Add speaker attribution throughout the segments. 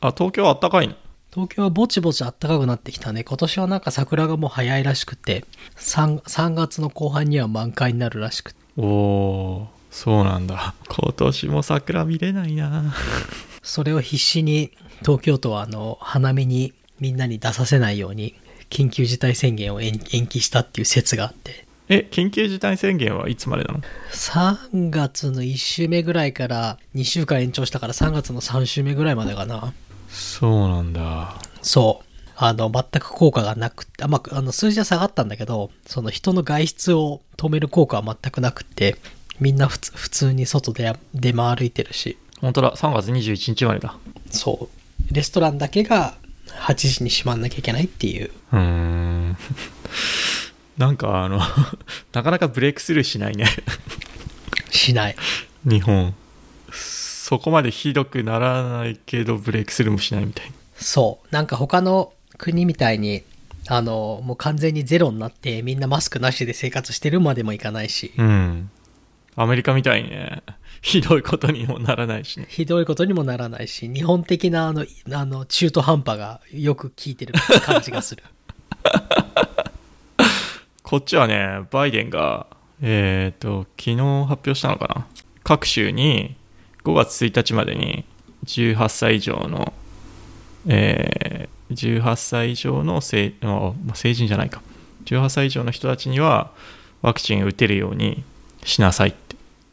Speaker 1: あ、東京はあったかいの
Speaker 2: 東京はぼちぼち暖かくなってきたね。今年はなんか桜がもう早いらしくて、3, 3月の後半には満開になるらしくて。
Speaker 1: おー、そうなんだ。今年も桜見れないな
Speaker 2: それを必死に東京都はあの、花見にみんなに出させないように、緊急事態宣言を延延期したっていう説があって、
Speaker 1: え、緊急事態宣言はいつまでなの
Speaker 2: 3月の1週目ぐらいから2週間延長したから3月の3週目ぐらいまでかな。
Speaker 1: そうなんだ。
Speaker 2: そう。あの、全く効果がなくて、あまあ、あの、数字は下がったんだけど、その人の外出を止める効果は全くなくて、みんな普通普通に外で出回いてるし、
Speaker 1: 本当だ、3月21日までだ。
Speaker 2: そう。レストランだけが8時に閉まんなきゃいけないっていう。
Speaker 1: うーん。 なんかあの、 なかなかブレイクスルーしないね。
Speaker 2: しない。
Speaker 1: 日本。そこまでひどくならないけど、ブレイクスルーもしないみたい。
Speaker 2: そう。なんか他の国みたいに、あの、もう完全にゼロになって、みんなマスクなしで生活してるまでもいかないし、
Speaker 1: うん。アメリカみたいにね、ひどいことにもならないしね。
Speaker 2: ひどいことにもならないし、日本的なあの、いあの、中途半端がよく効いてる感じがする。
Speaker 1: こっちはね、バイデンが、えっ、と、昨日発表したのかな。各州に5月1日までに18歳以上の、えー18歳以上の成あまあ成人じゃないか。18歳以上の人たちにはワクチン打てるようにしなさいっ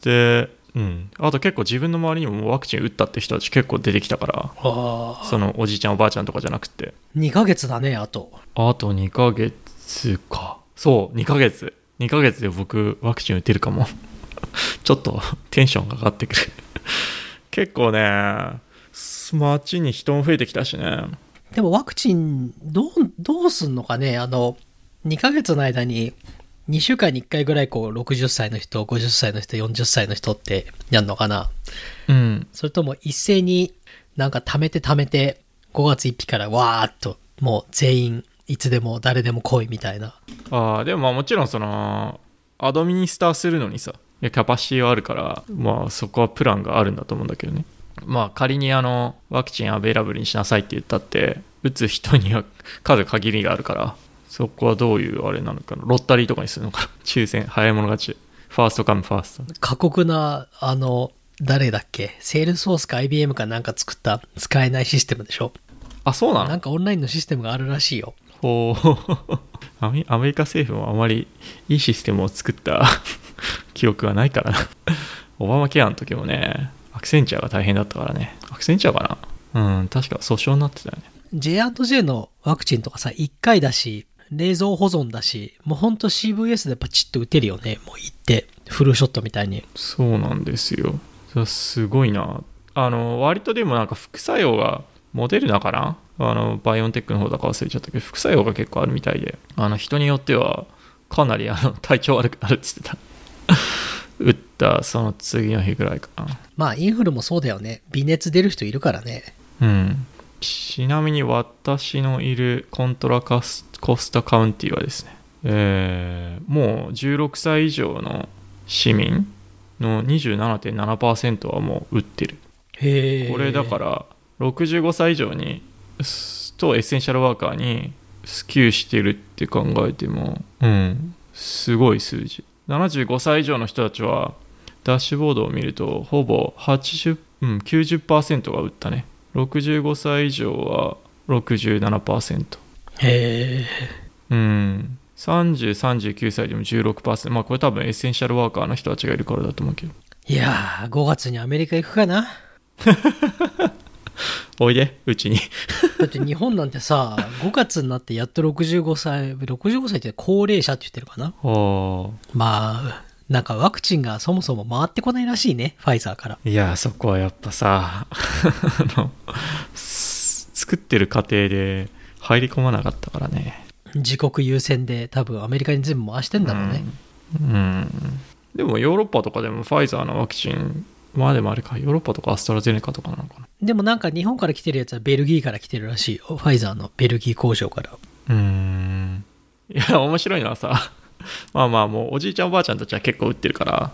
Speaker 1: て。で、うん。あと結構自分の周りにももうワクチン打ったって人たち結構出てきたから、
Speaker 2: ああ。
Speaker 1: そのおじいちゃんおばあちゃんとかじゃなくて。
Speaker 2: 2ヶ月だね、あと。
Speaker 1: あと2ヶ月か。そう、2ヶ月。2ヶ月で僕、ワクチン打てるかも。 ちょっと、テンションが上がってくる。結構ね、街に人も増えてきたしね。
Speaker 2: でもワクチン、どう、どうすんのかねあの、2ヶ月の間に、2週間に1回ぐらいこう、60歳の人、50歳の人、40歳の人ってやるのかな
Speaker 1: うん。
Speaker 2: それとも一斉になんか貯めて貯めて、5月1日からわーっと、もう全員、いつでも誰でも来いみたいな。
Speaker 1: ああ、でもまあもちろんその、アドミニスターするのにさ、いやキャパシティはあるから、まあそこはプランがあるんだと思うんだけどね。まあ仮にあの、ワクチンアベイラブルにしなさいって言ったって、打つ人には数限りがあるから、そこはどういうあれなのかな。ロッタリーとかにするのかな。抽選、早い者勝ち。ファーストカムファースト。
Speaker 2: 過酷な、あの、誰だっけセールソースか IBM かなんか作った使えないシステムでしょ
Speaker 1: あ、そうな
Speaker 2: な
Speaker 1: の
Speaker 2: んかオンラインのシステムがあるらしいよ。
Speaker 1: ほう アメアメリカ政府もあまりいいシステムを作った 記憶はないからなオバマケアの時もねアクセンチャーが大変だったからねアクセンチャーかなうん確か訴訟になってたよね
Speaker 2: J&J のワクチンとかさ、1回だし、冷蔵保存だし、もうほんと CVS でパチッと打てるよね。もう行って、フルショットみたいに。
Speaker 1: そうなんですよそれすごいなあの割とでもなんか副作用がモデルだからあのバイオンテックの方だか忘れちゃったけど副作用が結構あるみたいであの人によってはかなりあの体調悪くなるっつってた 打ったその次の日ぐらいかな
Speaker 2: まあインフルもそうだよね。微熱出る人いるからね。
Speaker 1: うん、ちなみに私のいるコントラカスコスタカウンティはですね、えーもう16歳以上の市民の27.7%はもう打ってる
Speaker 2: へ。
Speaker 1: これだからら65歳以上にすとエッセンシャルワーカーに支給してるって考えてもうんすごい数字75歳以上の人たちはダッシュボードを見るとほぼ80、うん、90%が打ったね65歳以上は67%
Speaker 2: へえ。
Speaker 1: うん3039歳でも16%まあこれ多分エッセンシャルワーカーの人たちがいるからだと思うけど
Speaker 2: いやー、5月にアメリカ行くかな。
Speaker 1: おいでうちに
Speaker 2: だって日本なんてさ、5月 になってやっと65歳、65歳って高齢者って言ってるかな。
Speaker 1: はあ
Speaker 2: まあ、なんかワクチンがそもそも回ってこないらしいね。ファイザーから。
Speaker 1: いやそこはやっぱさ あのす作ってる過程で入り込まなかったからね
Speaker 2: 自国優先で多分アメリカに全部回してんだろうね。
Speaker 1: うんでもヨーロッパとかでもファイザーのワクチンまあでもあれかヨーロッパとかアストラゼネカとかなのか
Speaker 2: でもなんか日本から来てるやつはベルギーから来てるらしいよ。ファイザーのベルギー工場から。
Speaker 1: なうんいや面白いのはさ まあまあもうおじいちゃんおばあちゃんたちは結構売ってるから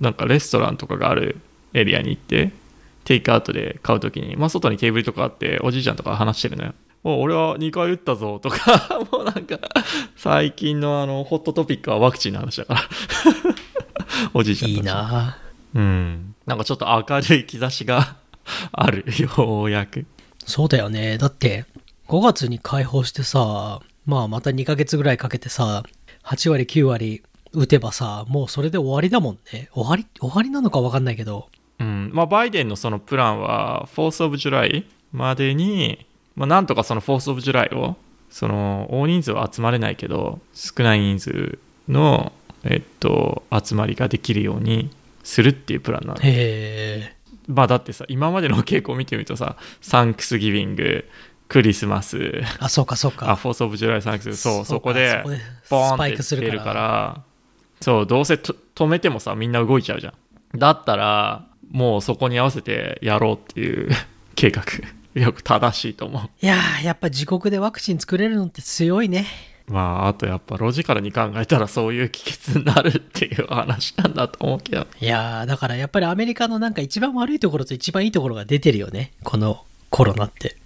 Speaker 1: なんかレストランとかがあるエリアに行ってテイクアウトで買うときに、まあ、外にテーブルとかあって、おじいちゃんとか話してるのよ。もう俺は2回打ったぞとか、 もうなんか、最近のあの、ホットトピックはワクチンの話だから。 おじいちゃんた
Speaker 2: い
Speaker 1: ち
Speaker 2: いなぁ
Speaker 1: うん。なんかちょっと明るい兆しが ある、ようやく。
Speaker 2: そうだよね。だって、5月に解放してさ、まあまた2ヶ月ぐらいかけてさ、8割9割打てばさ、もうそれで終わりだもんね。終わり、終わりなのかわかんないけど。
Speaker 1: うん。まあ、バイデンのそのプランは、フォースオブジュライまでに、まあ、なんとかそのフォースオブジュライを、その、大人数は集まれないけど、少ない人数の、えっと、集まりができるようにするっていうプランなの。
Speaker 2: へ
Speaker 1: まあ、だってさ、今までの傾向を見てみるとさ、サンクスギビング、クリスマス、
Speaker 2: ーあ、そうかそうか。
Speaker 1: あ、フォースオブジュライ、サンクス、そう、
Speaker 2: か
Speaker 1: そこで、
Speaker 2: そ
Speaker 1: ボー
Speaker 2: ス
Speaker 1: ン
Speaker 2: パ
Speaker 1: っ
Speaker 2: イ
Speaker 1: て
Speaker 2: クす
Speaker 1: 出
Speaker 2: る
Speaker 1: る
Speaker 2: か。
Speaker 1: かららそうどうせと止めてもさみんな動いちゃうじゃんだったらもうそこに合わせてやろうっていう 計画よく正しいと思
Speaker 2: いやー、やっぱ自国でワクチン作れるのって強いね。
Speaker 1: うまああとやっぱロジカルに考えたらそういう帰結になるっていう話なんだと思うけど
Speaker 2: いやー、だからやっぱりアメリカのなんか一番悪いところと一番いいところが出てるよね。このコロナって。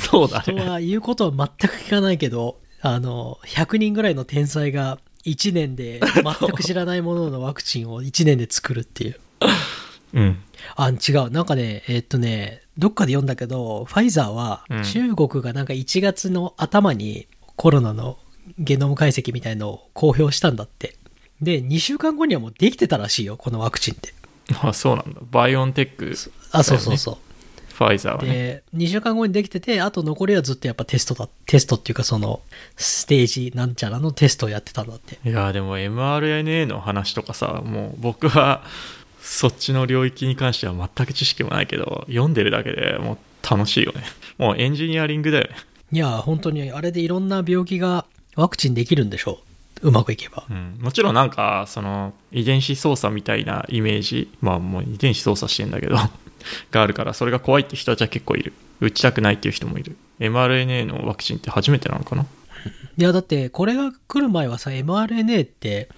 Speaker 1: そうだ
Speaker 2: 人
Speaker 1: ね
Speaker 2: は言うことは全く聞かないけど、あの、100人ぐらいの天才が1年で全く知らないもののワクチンを1年で作るっていう。
Speaker 1: うん
Speaker 2: あ、違う。なんかね、えっとね、どっかで読んだけど、ファイザーは
Speaker 1: うん
Speaker 2: 中国がなんか1月の頭にコロナのゲノム解析みたいのを公表したんだって。で、2週間後にはもうできてたらしいよ、このワクチンって。
Speaker 1: あそうなんだバイオンテック
Speaker 2: あ、そうそうそう。
Speaker 1: ファイザーはね
Speaker 2: で、2週間後にできてて、あと残りはずっとやっぱテストだ、テストっていうかその、ステージなんちゃらのテストをやってたんだって。
Speaker 1: いやでも mRNA の話とかさもう僕はそっちの領域に関しては全く知識もないけど読んでるだけでもう楽しいよねもうエンジニアリングだよね
Speaker 2: いや、本当にあれでいろんな病気がワクチンできるんでしょう。うまくいけば。
Speaker 1: うん、もちろんなんかその遺伝子操作みたいなイメージまあもう遺伝子操作してんだけど があるからそれが怖いって人たちは結構いる打ちたくないっていう人もいる mRNA のワクチンって初めてなのかない
Speaker 2: や、だってこれが来る前はさ、mRNA って、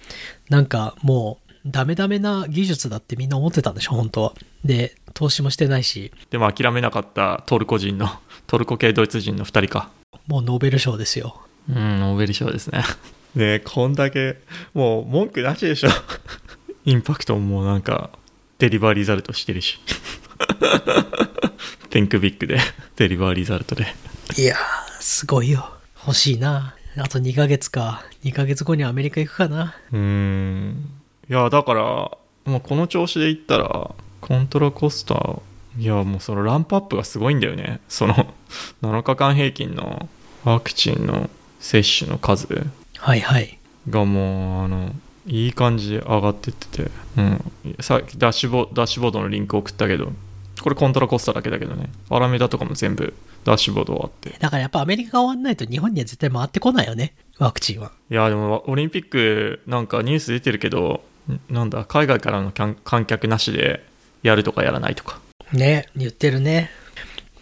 Speaker 2: なんかもう、ダメダメな技術だってみんな思ってたんでしょ、本当は。で、投資もしてないし、
Speaker 1: でも諦めなかったトルコ人のトルコ系ドイツ人の2人か
Speaker 2: もうノーベル賞ですよ。
Speaker 1: うんノーベル賞ですねねえこんだけもう文句なしでしょインパクトももうなんかデリバリーザルトしてるしテンクビッグでデリバリーザルトで
Speaker 2: いやー、すごいよ。欲しいな。あと2ヶ月か。2ヶ月後にアメリカ行くかな。
Speaker 1: うーんいやだからもうこの調子でいったらコントラコスタいやもうそのランプアップがすごいんだよねその7日間平均のワクチンの接種の数
Speaker 2: はいはい。
Speaker 1: がもうあのいい感じで上がってってて、うん、さっきダッシュボダッシュボードのリンク送ったけどこれコントラコスタだけだけどねアラメダとかも全部ダッシュボードあって
Speaker 2: だからやっぱアメリカが終わんないと日本には絶対回ってこないよね。ワクチンは。
Speaker 1: いやでもオリンピックなんかニュース出てるけどんなんだ海外からの観観客なしでやるとかやらないとか
Speaker 2: ね、言ってるね。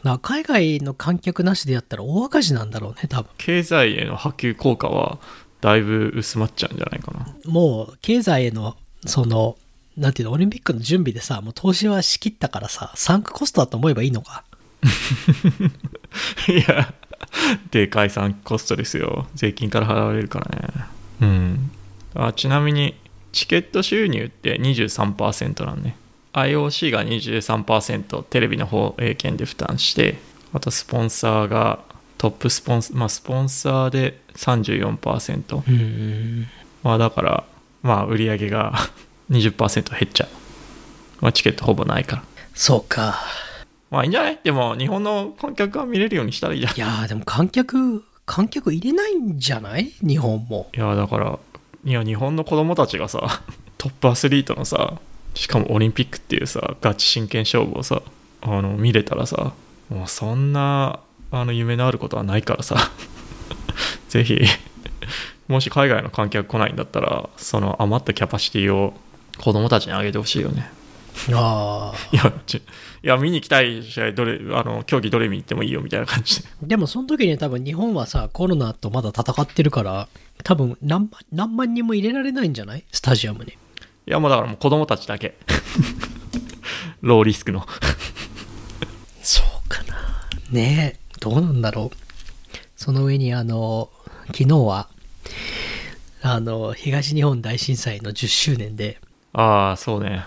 Speaker 2: な海外の観客なしでやったら大赤字なんだろうね、多分。
Speaker 1: 経済への波及効果はだいぶ薄まっちゃうんじゃないかな
Speaker 2: もう経済への、その、なんていうの、オリンピックの準備でさ、もう投資は仕切ったからさ、サンクコストだと思えばいいのか。
Speaker 1: いやでかい産コストですよ税金から払われるからねうんあちなみにチケット収入って23%なんね IOC が23%テレビの放映権で負担してあとスポンサーがトップスポンサーまあスポンサーで34%
Speaker 2: うん。
Speaker 1: まあだからまあ売り上げが 20%減っちゃうまあチケットほぼないから
Speaker 2: そうか。
Speaker 1: まあいいんじゃないでも日本の観客が見れるようにしたらいいじゃん
Speaker 2: いやー、でも観客、観客入れないんじゃない日本も。
Speaker 1: いやだからいや日本の子供たちがさ トップアスリートのさしかもオリンピックっていうさガチ真剣勝負をさあの見れたらさもうそんなあの夢のあることはないからさ ぜひもし海外の観客来ないんだったらその余ったキャパシティを子供たちにあげてほしいよね
Speaker 2: ああ。
Speaker 1: いやち いや見に行きたい試合どれあの競技どれ見に行ってもいいよみたいな感じで
Speaker 2: でもその時に多分日本はさ、コロナとまだ戦ってるから、多分何万何万人も入れられないんじゃないスタジアム に。
Speaker 1: いやもうだからもう子供たちだけ。ローリスクの
Speaker 2: そうかな。ねえ、どうなんだろう。その上に、あの、昨日は、あの、東日本大震災の10周年で、
Speaker 1: ああそうね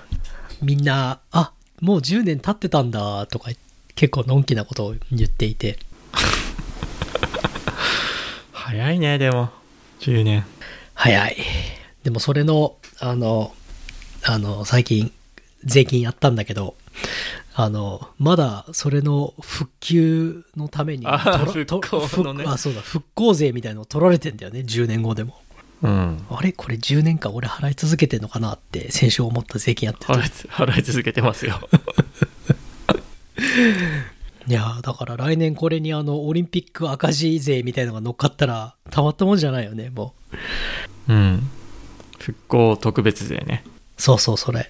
Speaker 2: みんな、あもう10年経ってたんだ、とか、結構のんきなことを言っていて、
Speaker 1: 早いねでも10年
Speaker 2: 早い。でも、それの、あの、あの、最近、税金やったんだけど、あの、まだ、それの復旧のために、
Speaker 1: あー
Speaker 2: とら
Speaker 1: 復興のね
Speaker 2: と復あ、そうだ、復興税みたいの取られてんだよね、10年後でも。
Speaker 1: うん
Speaker 2: あれこれ10年間俺払い続けてんのかなって先週思った税金やって
Speaker 1: 払
Speaker 2: る
Speaker 1: いつ払い続けてますよ
Speaker 2: いやーだから来年これにあのオリンピック赤字税みたいのが乗っかったらたまったもんじゃないよねもう
Speaker 1: うん復興特別税ね
Speaker 2: そうそうそれ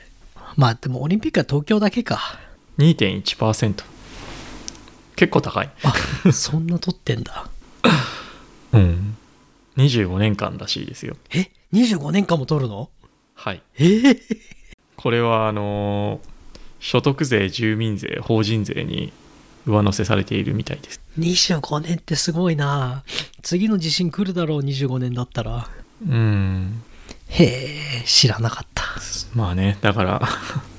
Speaker 2: まあでもオリンピックは東京だけか
Speaker 1: 2.1%結構高い
Speaker 2: あそんな取ってんだ
Speaker 1: うん25年間らしいですよ
Speaker 2: え25年間も取るの
Speaker 1: はい
Speaker 2: えー、
Speaker 1: これはあのー所得税住民税法人税に上乗せされているみたいです
Speaker 2: 25年ってすごいな次の地震来るだろう25年だったら
Speaker 1: うん
Speaker 2: へえ知らなかった
Speaker 1: まあねだから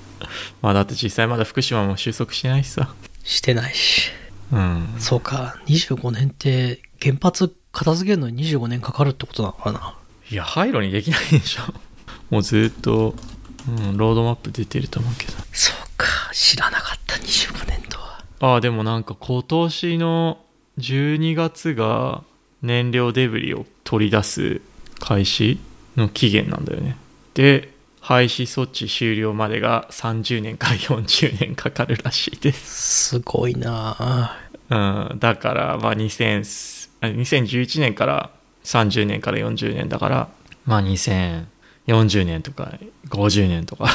Speaker 1: まあだって実際まだ福島も収束してないしさ
Speaker 2: してないし
Speaker 1: うん
Speaker 2: そうか、25年って原発片付けるのに25年かかるってことなのかな。
Speaker 1: いや廃炉にできないでしょ もうずっと、うん、ロードマップ出てると思うけど
Speaker 2: そうか、知らなかった25年とは。
Speaker 1: ああでもなんか今年の12月が燃料デブリを取り出す開始の期限なんだよねで廃止措置終了までが30年から40年かかるらしいです、
Speaker 2: すごいなあ
Speaker 1: うん、だからまあ2000あ2011年から30年から40年だからまあ2040年とか50年とか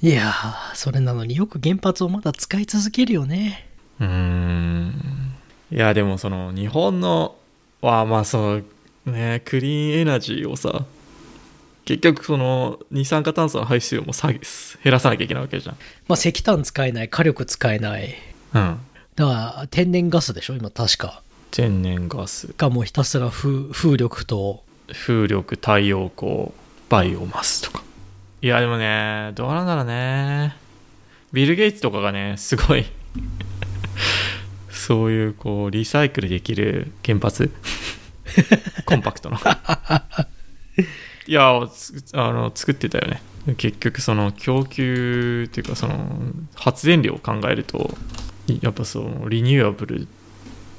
Speaker 2: いやあそれなのによく原発をまだ使い続けるよね。
Speaker 1: うーんいやでもその日本のはまあそのねクリーンエナジーをさ結局その二酸化炭素の排出量も下げ減らさなきゃいけないわけじゃん
Speaker 2: まあ石炭使えない、火力使えない。
Speaker 1: うん
Speaker 2: だから天然ガスでしょ、今確か。
Speaker 1: 天然ガス
Speaker 2: がもうひたすら風風力と、
Speaker 1: 風力太陽光バイオマスとかいやでもねどうなんだろうねビル・ゲイツとかがねすごいそういうこうリサイクルできる原発コンパクトのいやつあの作ってたよね結局その供給っていうかその発電量を考えるとやっぱそのリニューアブル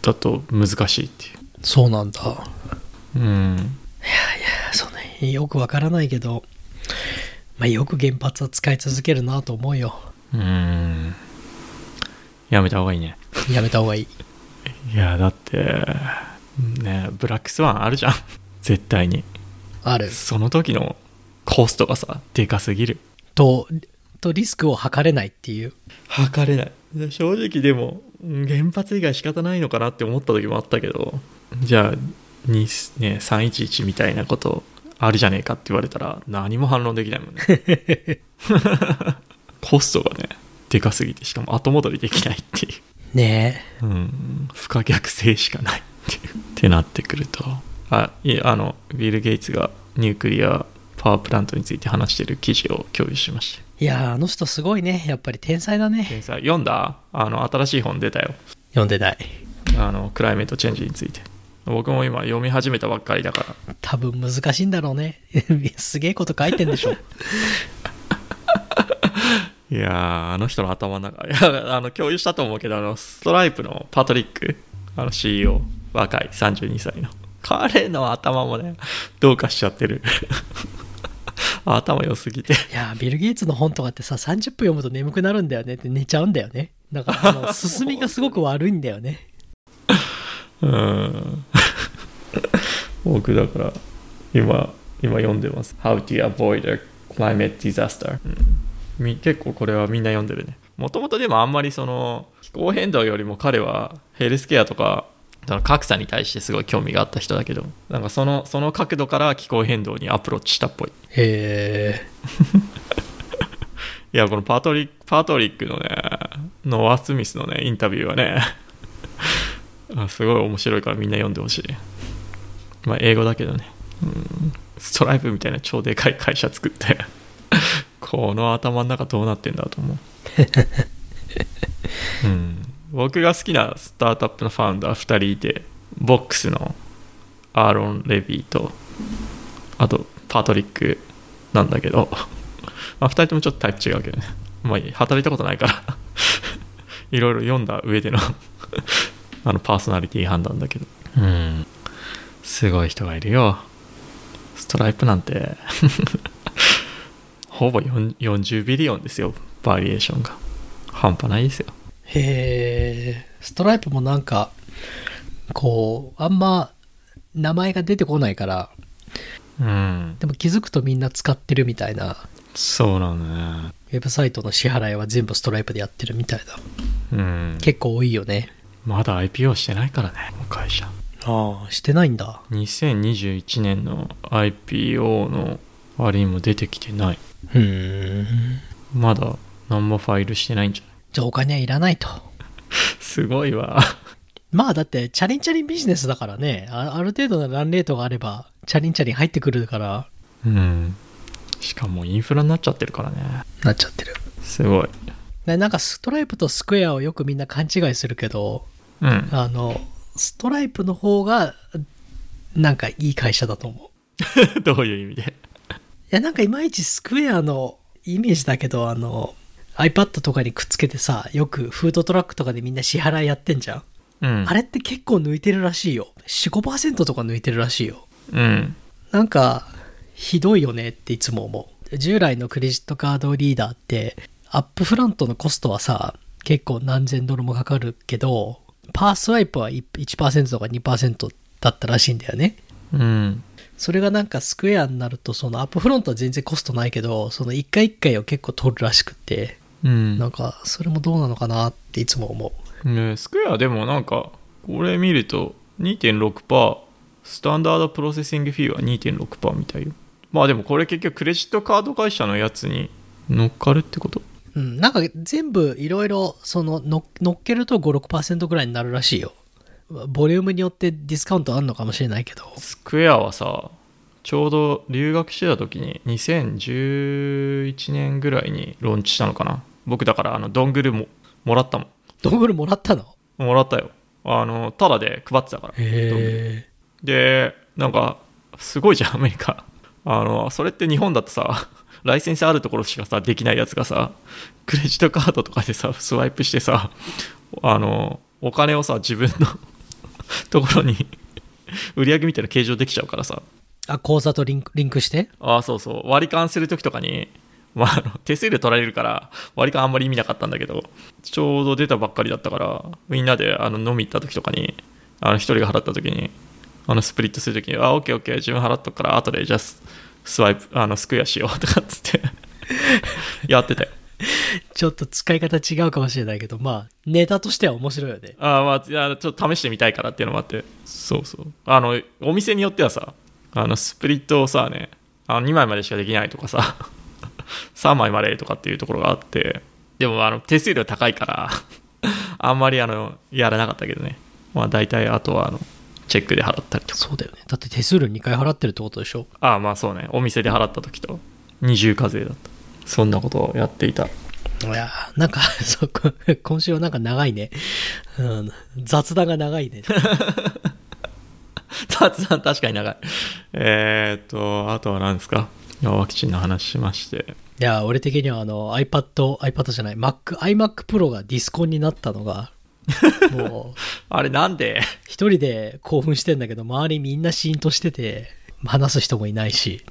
Speaker 1: だと難しいってい
Speaker 2: そうなんだ。
Speaker 1: ううん
Speaker 2: そうね、よくわからないけど、まあよく原発は使い続けるなと思うよ。
Speaker 1: うーんやめた方がいいね
Speaker 2: やめた方がいい。
Speaker 1: いやだってねブラックスワンある じゃん絶対に
Speaker 2: ある。
Speaker 1: その時のコストがさでかすぎる
Speaker 2: と、とリスクを測れないっていう。
Speaker 1: 測れない正直でもうん原発以外仕方ないのかなって思った時もあったけどじゃあにね311みたいなことあるじゃねえかって言われたら何も反論できないもんね コストがねでかすぎてしかも後戻りできないっていう
Speaker 2: ねえ。
Speaker 1: うん、不可逆性しかないっていうってなってくるとあいえあのビル・ゲイツがニュークリアパワープラントについて話してる記事を共有しました
Speaker 2: いやーあの人すごいね。やっぱり天才だね。
Speaker 1: 天才読んだあの新しい本出たよ
Speaker 2: 読んでない。
Speaker 1: あのクライメートチェンジについて僕も今読み始めたばっかりだから
Speaker 2: 多分難しいんだろうね。 すげえこと書いてんでし ょ。
Speaker 1: いやーあの人の頭の中 いやあの共有したと思うけどあのストライプのパトリックあの CEO 若い32歳の彼の頭もねどうかしちゃってる 頭良すぎて
Speaker 2: いやービル・ゲイツの本とかってさ、30分読むと眠くなるんだよねって寝ちゃうんだよね。だからあの、進みがすごく悪いんだよね。
Speaker 1: うーん僕だから今今読んでます「How to Avoid a Climate Disaster うん」み結構これはみんな読んでるねもともとでもあんまりその気候変動よりも彼はヘルスケアとかその格差に対してすごい興味があった人だけどなんかそのその角度から気候変動にアプローチしたっぽい
Speaker 2: へえ。
Speaker 1: いや、このパトリック、パトリックのね、ノア・スミスのね、インタビューはね、 あすごい面白いからみんな読んでほしい。まあ、英語だけどね。うんストライプみたいな超でかい会社作って、 この頭の中どうなってんだと思う。うん、僕が好きなスタートアップのファウンダー2人いて、ボックスのアーロン・レビーと、あとパトリックなんだけど、まあ、2人ともちょっとタイプ違うけどね、 まあ、働いたことないから いろいろ読んだ上での あのパーソナリティ判断だけどうんすごい人がいるよストライプなんて ほぼ4 40ビリオンですよバリエーションが半端ないですよ
Speaker 2: へえ、ストライプもなんか、こう、あんま名前が出てこないから、
Speaker 1: うん
Speaker 2: でも気づくとみんな使ってるみたいな、
Speaker 1: そうなのね
Speaker 2: ウェブサイトの支払いは全部ストライプでやってるみたいな、
Speaker 1: うん
Speaker 2: 結構多いよね。
Speaker 1: まだ IPO してないからねこの会社
Speaker 2: ああ、してないんだ。
Speaker 1: 2021年の IPO のあれにも出てきてないう
Speaker 2: ーん。
Speaker 1: まだ何もファイルしてないんじゃな
Speaker 2: じゃあお金はいらないと。
Speaker 1: い すごいわ。
Speaker 2: まあだって、チャリンチャリンビジネスだからね、あある程度のランレートがあれば、チャリンチャリン入ってくるから、
Speaker 1: うん。しかもインフラになっちゃってるからね。
Speaker 2: なっちゃってる。
Speaker 1: すごい。
Speaker 2: でなんかストライプとスクエアをよくみんな勘違いするけど、
Speaker 1: うん。
Speaker 2: あの、ストライプの方が、なんかいい会社だと思う。
Speaker 1: どういう意味で。
Speaker 2: いや、なんかいまいちスクエアのイメージだけど、あの、iPad とかにくっつけてさ、よくフードトラックとかでみんな支払いやってんじゃん。
Speaker 1: うん。
Speaker 2: あれって結構抜いてるらしいよ。4、5%とか抜いてるらしいよ。
Speaker 1: うん。
Speaker 2: なんか、ひどいよねっていつも思う。従来のクレジットカードリーダーって、アップフロントのコストはさ、結構何千ドルもかかるけど、パースワイプは1% 1%とか2%だったらしいんだよね。
Speaker 1: うん。
Speaker 2: それがなんかスクエアになると、そのアップフロントは全然コストないけど、その一回一回を結構取るらしくて、
Speaker 1: うん
Speaker 2: なんかそれもどうなのかなっていつも思う。
Speaker 1: ねスクエアでもなんか、これ見ると2.6%、スタンダードプロセッシングフィーは2.6%みたいよ。まあでもこれ結局クレジットカード会社のやつに乗っかるってこと
Speaker 2: うん、なんか全部いろいろそのの乗っけると5、6%ぐらいになるらしいよ。ボリュームによってディスカウントあるのかもしれないけど。
Speaker 1: スクエアはさちょうど留学してた時に2011年ぐらいにローンチしたのかな僕だからあのドングルももらったも
Speaker 2: ドングルもらったの
Speaker 1: んもらったよあのタダで配ってたからドングル
Speaker 2: へ
Speaker 1: でなんかすごいじゃんアメリカあのそれって日本だとさライセンスあるところしかさできないやつがさクレジットカードとかでさスワイプしてさあのお金をさ自分の ところに 売り上げみたいな計上できちゃうからさ
Speaker 2: ー。あ、口座とリンクリンクして
Speaker 1: ああそうそう割り勘するときとかに、まあ、あの手数料取られるから割り勘あんまり意味なかったんだけどちょうど出たばっかりだったからみんなであの飲み行ったときとかにあの一人が払ったときにあのスプリットするときに「あオッケーオッケー自分払っとくから後でじゃあススワイプあのスクエアしよう」とかっつってやってたよ
Speaker 2: ちょっと使い方違うかもしれないけど、まあ、ネタとしては面白いよね。
Speaker 1: あーまあいやちょっと試してみたいからっていうのもあってそうそうあのお店によってはさあのスプリットをさねあの2枚までしかできないとかさ 3枚までとかっていうところがあってでもあの手数料高いから あんまりあのやらなかったけどねまあ大体あとはあのチェックで払ったりとか
Speaker 2: そうだよね。だって手数料2回払ってるってことでしょ
Speaker 1: ああまあそうねお店で払った時と二重課税だったそんなことをやっていた
Speaker 2: いやーなんか、 そう、こ今週はなんか長いね。うん、雑談が長いね。
Speaker 1: 雑談確かに長いえー、っとあとは何ですかいやワクチンの話しまして
Speaker 2: いやー俺的にはあの iPad、iPad じゃない、Mac、iMac Pro がディスコンになったのが、もう、
Speaker 1: あれなんで
Speaker 2: 一人で興奮してんだけど、周りみんなシーンとしてて、話す人もいないし、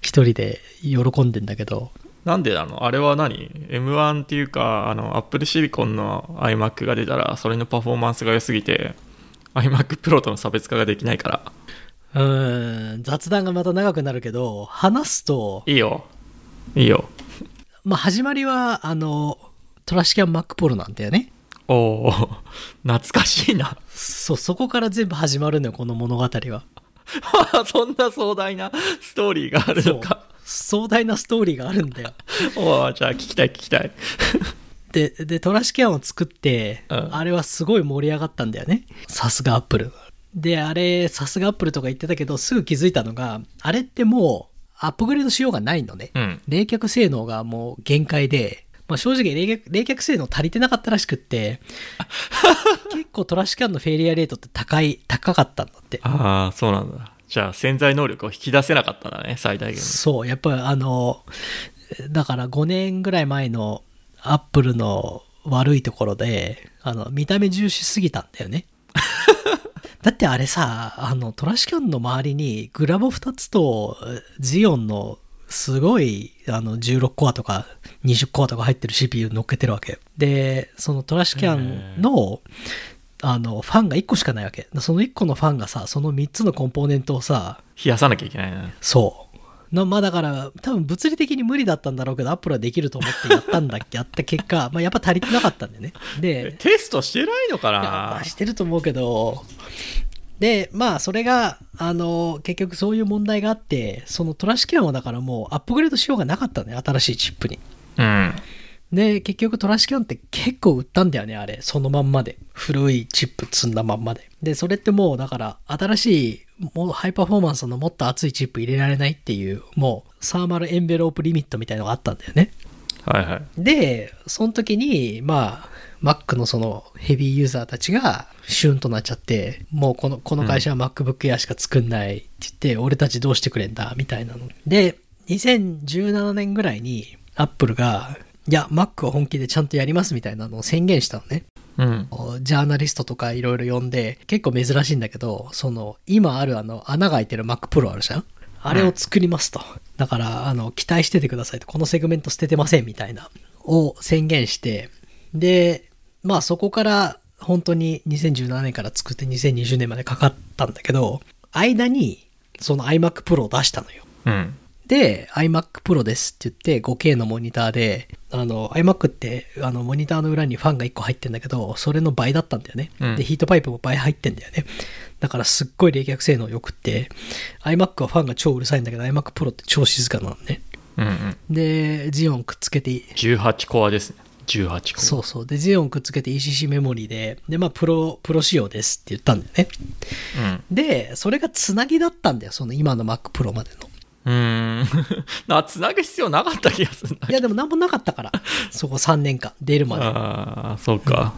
Speaker 2: 一人で喜んでんだけど、
Speaker 1: なんでなのあれは何 ?M1 っていうか、あの、Apple Silicon の iMac が出たら、それのパフォーマンスが良すぎて、iMac Pro との差別化ができないから。
Speaker 2: うーん、雑談がまた長くなるけど、話すと、
Speaker 1: いいよ。いいよ。
Speaker 2: まあ、始まりは、あの、トラシキャン Mac Pro なんだよね。
Speaker 1: おー、 懐かしいな。
Speaker 2: そう、そこから全部始まるのよ、この物語は。
Speaker 1: そんな壮大なストーリーがある
Speaker 2: そ
Speaker 1: の
Speaker 2: う
Speaker 1: か。。
Speaker 2: 壮大なストーリーがあるんだよ。
Speaker 1: おーじゃあ聞きたい聞きたい。
Speaker 2: で、で、トラシケアンを作って、
Speaker 1: うん
Speaker 2: あれはすごい盛り上がったんだよね。さすがアップル。で、あれ、さすがアップルとか言ってたけど、すぐ気づいたのが、あれってもう、アップグレードしようがないのね。
Speaker 1: うん。
Speaker 2: 冷却性能がもう限界で、まあ、正直冷却冷却性能足りてなかったらし くって、結構トラシケアンのフェイリアレートって高い、高かったんだって。
Speaker 1: ああ、そうなんだ。じゃあ潜在能力を引き出せなかったんだね、最大限に。
Speaker 2: そう、やっぱりあの、だから5年ぐらい前のアップルの悪いところで、あの、見た目重視すぎたんだよね。 だってあれさ、あの、トラシキャンの周りにグラボ2つとジオンのすごいあの16コアとか20コアとか入ってる CPU 乗っけてるわけ。で、そのトラシキャンの、あの、ファンが1個しかないわけ。その1個のファンがさ、その3つのコンポーネントをさ、
Speaker 1: 冷やさなきゃいけないな。
Speaker 2: そう。なまあだから、多分物理的に無理だったんだろうけど、アップルはできると思ってやったんだっけ、やった結果、 まあやっぱ足りてなかったんだよね。
Speaker 1: え
Speaker 2: で、
Speaker 1: テストしてないのか
Speaker 2: いやま
Speaker 1: な
Speaker 2: あしてると思うけど、で、まあそれが、あの、結局そういう問題があって、そのトラシキャンはだからもうアップグレードしようがなかったね、新しいチップに。
Speaker 1: うん。
Speaker 2: で、結局トラシキャンって結構売ったんだよね、あれ。そのまんまで。古いチップ積んだまんまで。で、それってもうだから、新しい、もうハイパフォーマンスのもっと熱いチップ入れられないっていう、もうサーマルエンベロープリミットみたいのがあったんだよね。
Speaker 1: はいはい。
Speaker 2: で、その時に、まあ、Mac のそのヘビーユーザーたちがシュンとなっちゃって、もうこのこの会社は MacBook Air しか作んないって言って、俺たちどうしてくれんだみたいなの。で、2017年ぐらいに Apple が、いや、Mac を本気でちゃんとやりますみたいなのを宣言したのね。
Speaker 1: うん。
Speaker 2: ジャーナリストとかいろいろ呼んで、結構珍しいんだけど、その、今あるあの、穴が開いてる Mac Pro あるじゃんあれを作りますと。だから、あの、期待しててくださいと。このセグメント捨ててませんみたいな。を宣言して、で、まあそこから、本当に2017年から作って2020年までかかったんだけど、間に、その iMac Pro を出したのよ。
Speaker 1: うん。
Speaker 2: で、iMac Pro ですって言って 5K のモニターで、あの、iMac ってあのモニターの裏にファンが1個入ってんだけど、それの倍だったんだよね。
Speaker 1: うん
Speaker 2: で、ヒートパイプも倍入ってんだよね。だからすっごい冷却性能良くって、iMac はファンが超うるさいんだけど、iMac Pro って超静かなのね。
Speaker 1: うんうん。
Speaker 2: で、ジオンくっつけて、
Speaker 1: 18コアですね。18コア。
Speaker 2: そうそう。で、ジオンくっつけて ECC メモリーで、で、まあ、プロ、プロ仕様ですって言ったんだよね。
Speaker 1: うん。
Speaker 2: で、それがつなぎだったんだよ。その今の Mac Pro までの。
Speaker 1: うーん。 な、つなぐ必要なかった気がする
Speaker 2: いや、でもなんもなかっ たから。そこ3年間、出るまで
Speaker 1: な。。ああ、そうか。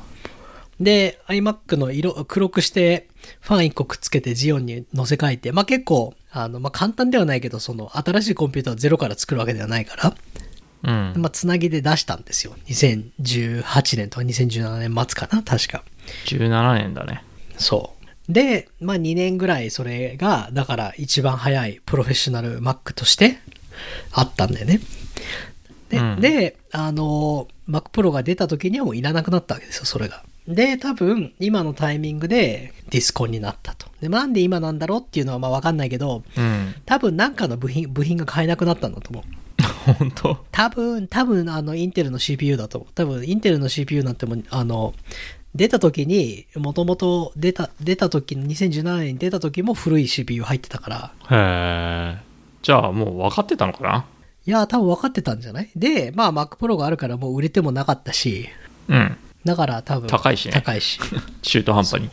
Speaker 2: で、iMac の色を黒くして、ファン1個くっつけてジオンに乗せ替えて、まあ結構、あの、まあ簡単ではないけど、その、新しいコンピューターをゼロから作るわけではないから、
Speaker 1: うん。
Speaker 2: まあつなぎで出したんですよ。2018年とか2017年末かな、確か。
Speaker 1: 17年だね。
Speaker 2: そう。で、まあ2年ぐらいそれが、だから一番早いプロフェッショナル Mac としてあったんだよね。で、
Speaker 1: うん
Speaker 2: であの、Mac Pro が出た時にはもういらなくなったわけですよ、それが。で、多分、今のタイミングでディスコンになったと。で、なんで今なんだろうっていうのはまあわかんないけど、
Speaker 1: うん。
Speaker 2: 多分なんかの部品、部品が買えなくなったんだと思う。
Speaker 1: 本当
Speaker 2: 多分、多分、あの、インテルの CPU だと思う。多分、インテルの CPU なんてもう、あの、出た時に、もともと出た、出た時の、2017年に出た時も古い CPU 入ってたから、
Speaker 1: へえ。じゃあもう分かってたのか
Speaker 2: いやー、多分分かってたんじゃないで、まあ、Mac Pro があるからもう売れてもなかったし、
Speaker 1: なうん。
Speaker 2: だから多分。
Speaker 1: 高いしね
Speaker 2: 高いし。
Speaker 1: 中途半端に。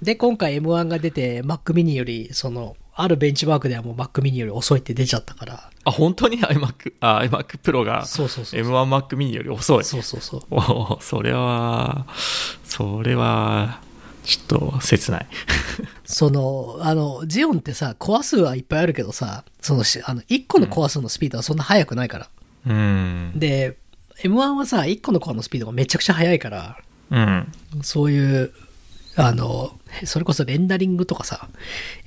Speaker 2: で、今回 M1 が出て、Mac mini より、その、あるベンチマークではもう Mac mini より遅いって出ちゃったから、
Speaker 1: あ、本当に iMac、あ、iMac Pro が
Speaker 2: そうそうそう。
Speaker 1: M1Mac mini より遅い。
Speaker 2: そうそうそう。
Speaker 1: おおそれは、それは、ちょっと切 ない。
Speaker 2: その、あの、ジオンってさ、コア数はいっぱいあるけどさ、そのし、あの、1個のコア数のスピードはそんな速くないから。
Speaker 1: うん。
Speaker 2: で、M1 はさ、1個のコアのスピードがめちゃくちゃ速いから、
Speaker 1: うん。
Speaker 2: そういう、あの、それこそレンダリングとかさ、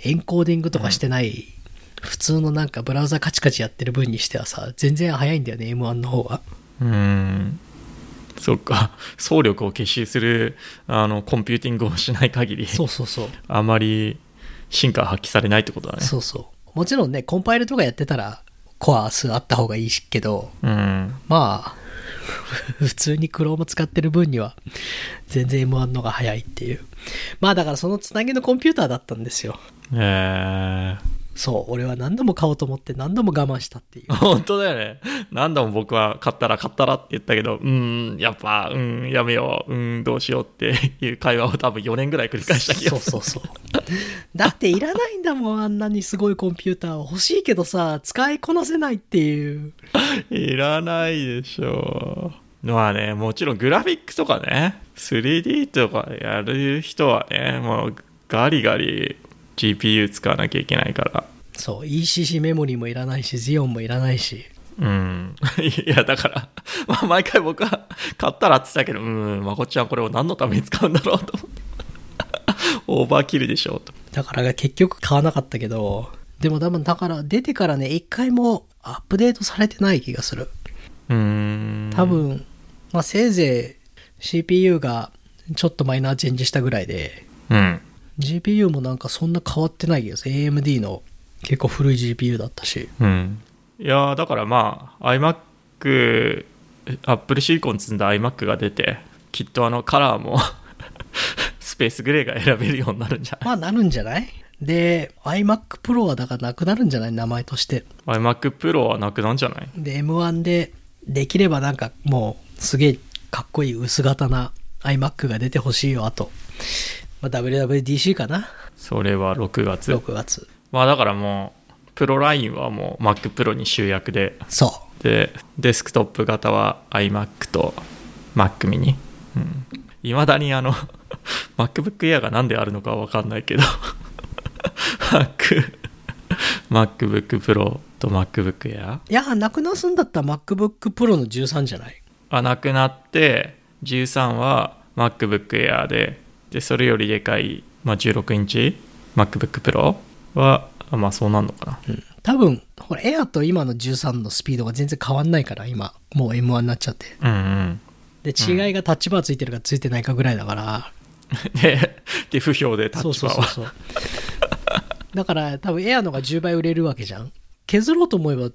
Speaker 2: エンコーディングとかしてない、普通のなんかブラウザカチカチやってる分にしてはさ、全然速いんだよね、M1 の方が。
Speaker 1: うん。そっか。 総力を結集する、あの、コンピューティングをしない限り、
Speaker 2: そうそうそう。
Speaker 1: あまり進化は発揮されないってことだね。
Speaker 2: そうそう。もちろんね、コンパイルとかやってたら、コア数あった方がいいしけど、
Speaker 1: うん。
Speaker 2: まあ、 普通に Chrome 使ってる分には、全然 M1 のが早いっていう。まあだからそのつなぎのコンピューターだったんですよ。
Speaker 1: えー、
Speaker 2: そう、俺は何度も買おうと思って何度も我慢したっていう。
Speaker 1: 本当だよね。何度も僕は買ったら買ったらって言ったけど、うーん、やっぱ、うーん、やめよう、うーん、どうしようっていう会話を多分4年ぐらい繰り返した気
Speaker 2: そ
Speaker 1: が
Speaker 2: う
Speaker 1: する。
Speaker 2: そうそう。だっていらないんだもん、あんなにすごいコンピューター欲しいけどさ、使いこなせないっていう。
Speaker 1: いらないでしょう。まあね、もちろんグラフィックとかね、3D とかやる人はね、もうガリガリ GPU 使わなきゃいけないから。
Speaker 2: そう、ECC メモリーもいらないし、ゼオンもいらないし。
Speaker 1: うん。 いや、だから、まあ、毎回僕は買ったらって言ってたけど、うん、まこっちゃんこれを何のために使うんだろうと思って。 オーバーキルでしょうと。
Speaker 2: だから結局買わなかったけど、でも多分だから出てからね、一回もアップデートされてない気がする。
Speaker 1: うーん。
Speaker 2: 多分、まあせいぜい CPU がちょっとマイナーチェンジしたぐらいで、
Speaker 1: うん。
Speaker 2: GPU もなんかそんな変わってないけどさ AMD の結構古い GPU だったし。
Speaker 1: うん。いやーだからまあ、iMac、Apple シリコン積んだ iMac が出て、きっとあのカラーも スペースグレーが選べるようになるんじゃない
Speaker 2: まあなるんじゃないで、iMac Pro はだからなくなるんじゃない名前として。
Speaker 1: ?iMac Pro はなくなんじゃない
Speaker 2: で、M1 でできればなんかもうすげえかっこいい薄型な iMac が出てほしいよ、あと。まあ、WWDC かな
Speaker 1: それは6月。
Speaker 2: ?6 月。
Speaker 1: まあだからもう、プロラインはもう Mac Pro に集約で、
Speaker 2: そ
Speaker 1: でデスクトップ型は iMac と Mac mini いま、未だにあの MacBook Air が何であるのかは分かんないけど Mac MacBook Pro と MacBook Air
Speaker 2: う。いや、なくなすんだったら MacBook Pro の13じゃない
Speaker 1: あなくなって13は MacBook Air ででそれよりでかい、まあ、16インチ MacBook Pro はあまあそうなんのかな
Speaker 2: 多分、ほら、Air と今の13のスピードが全然変わんないから、今。もう M1 になっちゃって。
Speaker 1: うん
Speaker 2: で、違いがタッチバーついてるかついてないかぐらいだから。
Speaker 1: うんでで不評でタ
Speaker 2: そ
Speaker 1: ッ
Speaker 2: う
Speaker 1: チ
Speaker 2: そ
Speaker 1: パ
Speaker 2: う
Speaker 1: ー
Speaker 2: そう
Speaker 1: は
Speaker 2: そう。 だから、多分エアのが10倍売れるわけじゃん。削ろうと思えば、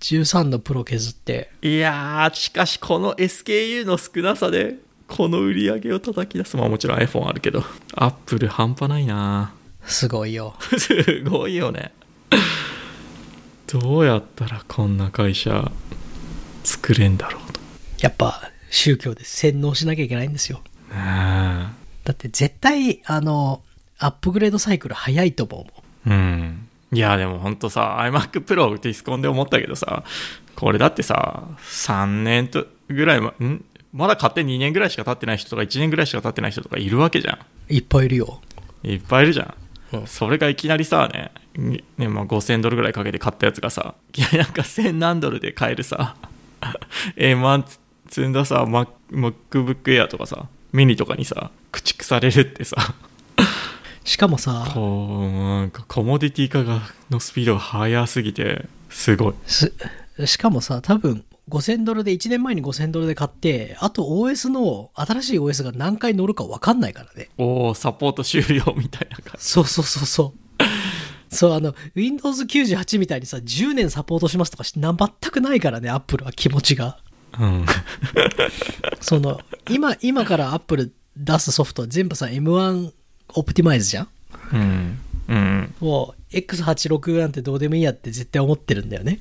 Speaker 2: 13のプロ削って。
Speaker 1: いやー、しかしこの SKU の少なさで、この売り上げを叩き出す。まあもちろん iPhone あるけど、Apple 半端ないな
Speaker 2: すごいよ。
Speaker 1: すごいよね。どうやったらこんな会社作れんだろうと。
Speaker 2: やっぱ、宗教で洗脳しなきゃいけないんですよ。
Speaker 1: ね
Speaker 2: だって絶対、あの、アップグレードサイクル早いと思うもん。
Speaker 1: えうん。いや、でもほんとさ、iMac Pro ディスコンで思ったけどさ、これだってさ、3年とぐらいま、んまだ買って2年ぐらいしか経ってない人とか1年ぐらいしか経ってない人とかいるわけじゃん。
Speaker 2: いっぱいいるよ。
Speaker 1: いっぱいいるじゃん、
Speaker 2: うん
Speaker 1: それがいきなりさねにね、まあ、5000ドルぐらいかけて買ったやつがさいきなりなんか1000何ドルで買えるさ A1 積んださ Mac- MacBook Air とかさミニとかにさ駆逐されるってさ
Speaker 2: しかもさ、
Speaker 1: こうなんかコモディティ化がのスピードが速すぎてすごい
Speaker 2: すしかもさ、多分、5000ドルで、1年前に5000ドルで買って、あと OS の、新しい OS が何回乗るか分かんないからね。
Speaker 1: おおサポート終了みたいな感じ
Speaker 2: そうそうそうそう。そう、あの、Windows98 みたいにさ、10年サポートしますとかしな、全くないからね、Apple は気持ちが。
Speaker 1: うん
Speaker 2: その、今、今から Apple 出すソフトは全部さ、M1 オプティマイズじゃん
Speaker 1: うんうん
Speaker 2: もう、X86 なんてどうでもいいやって絶対思ってるんだよね。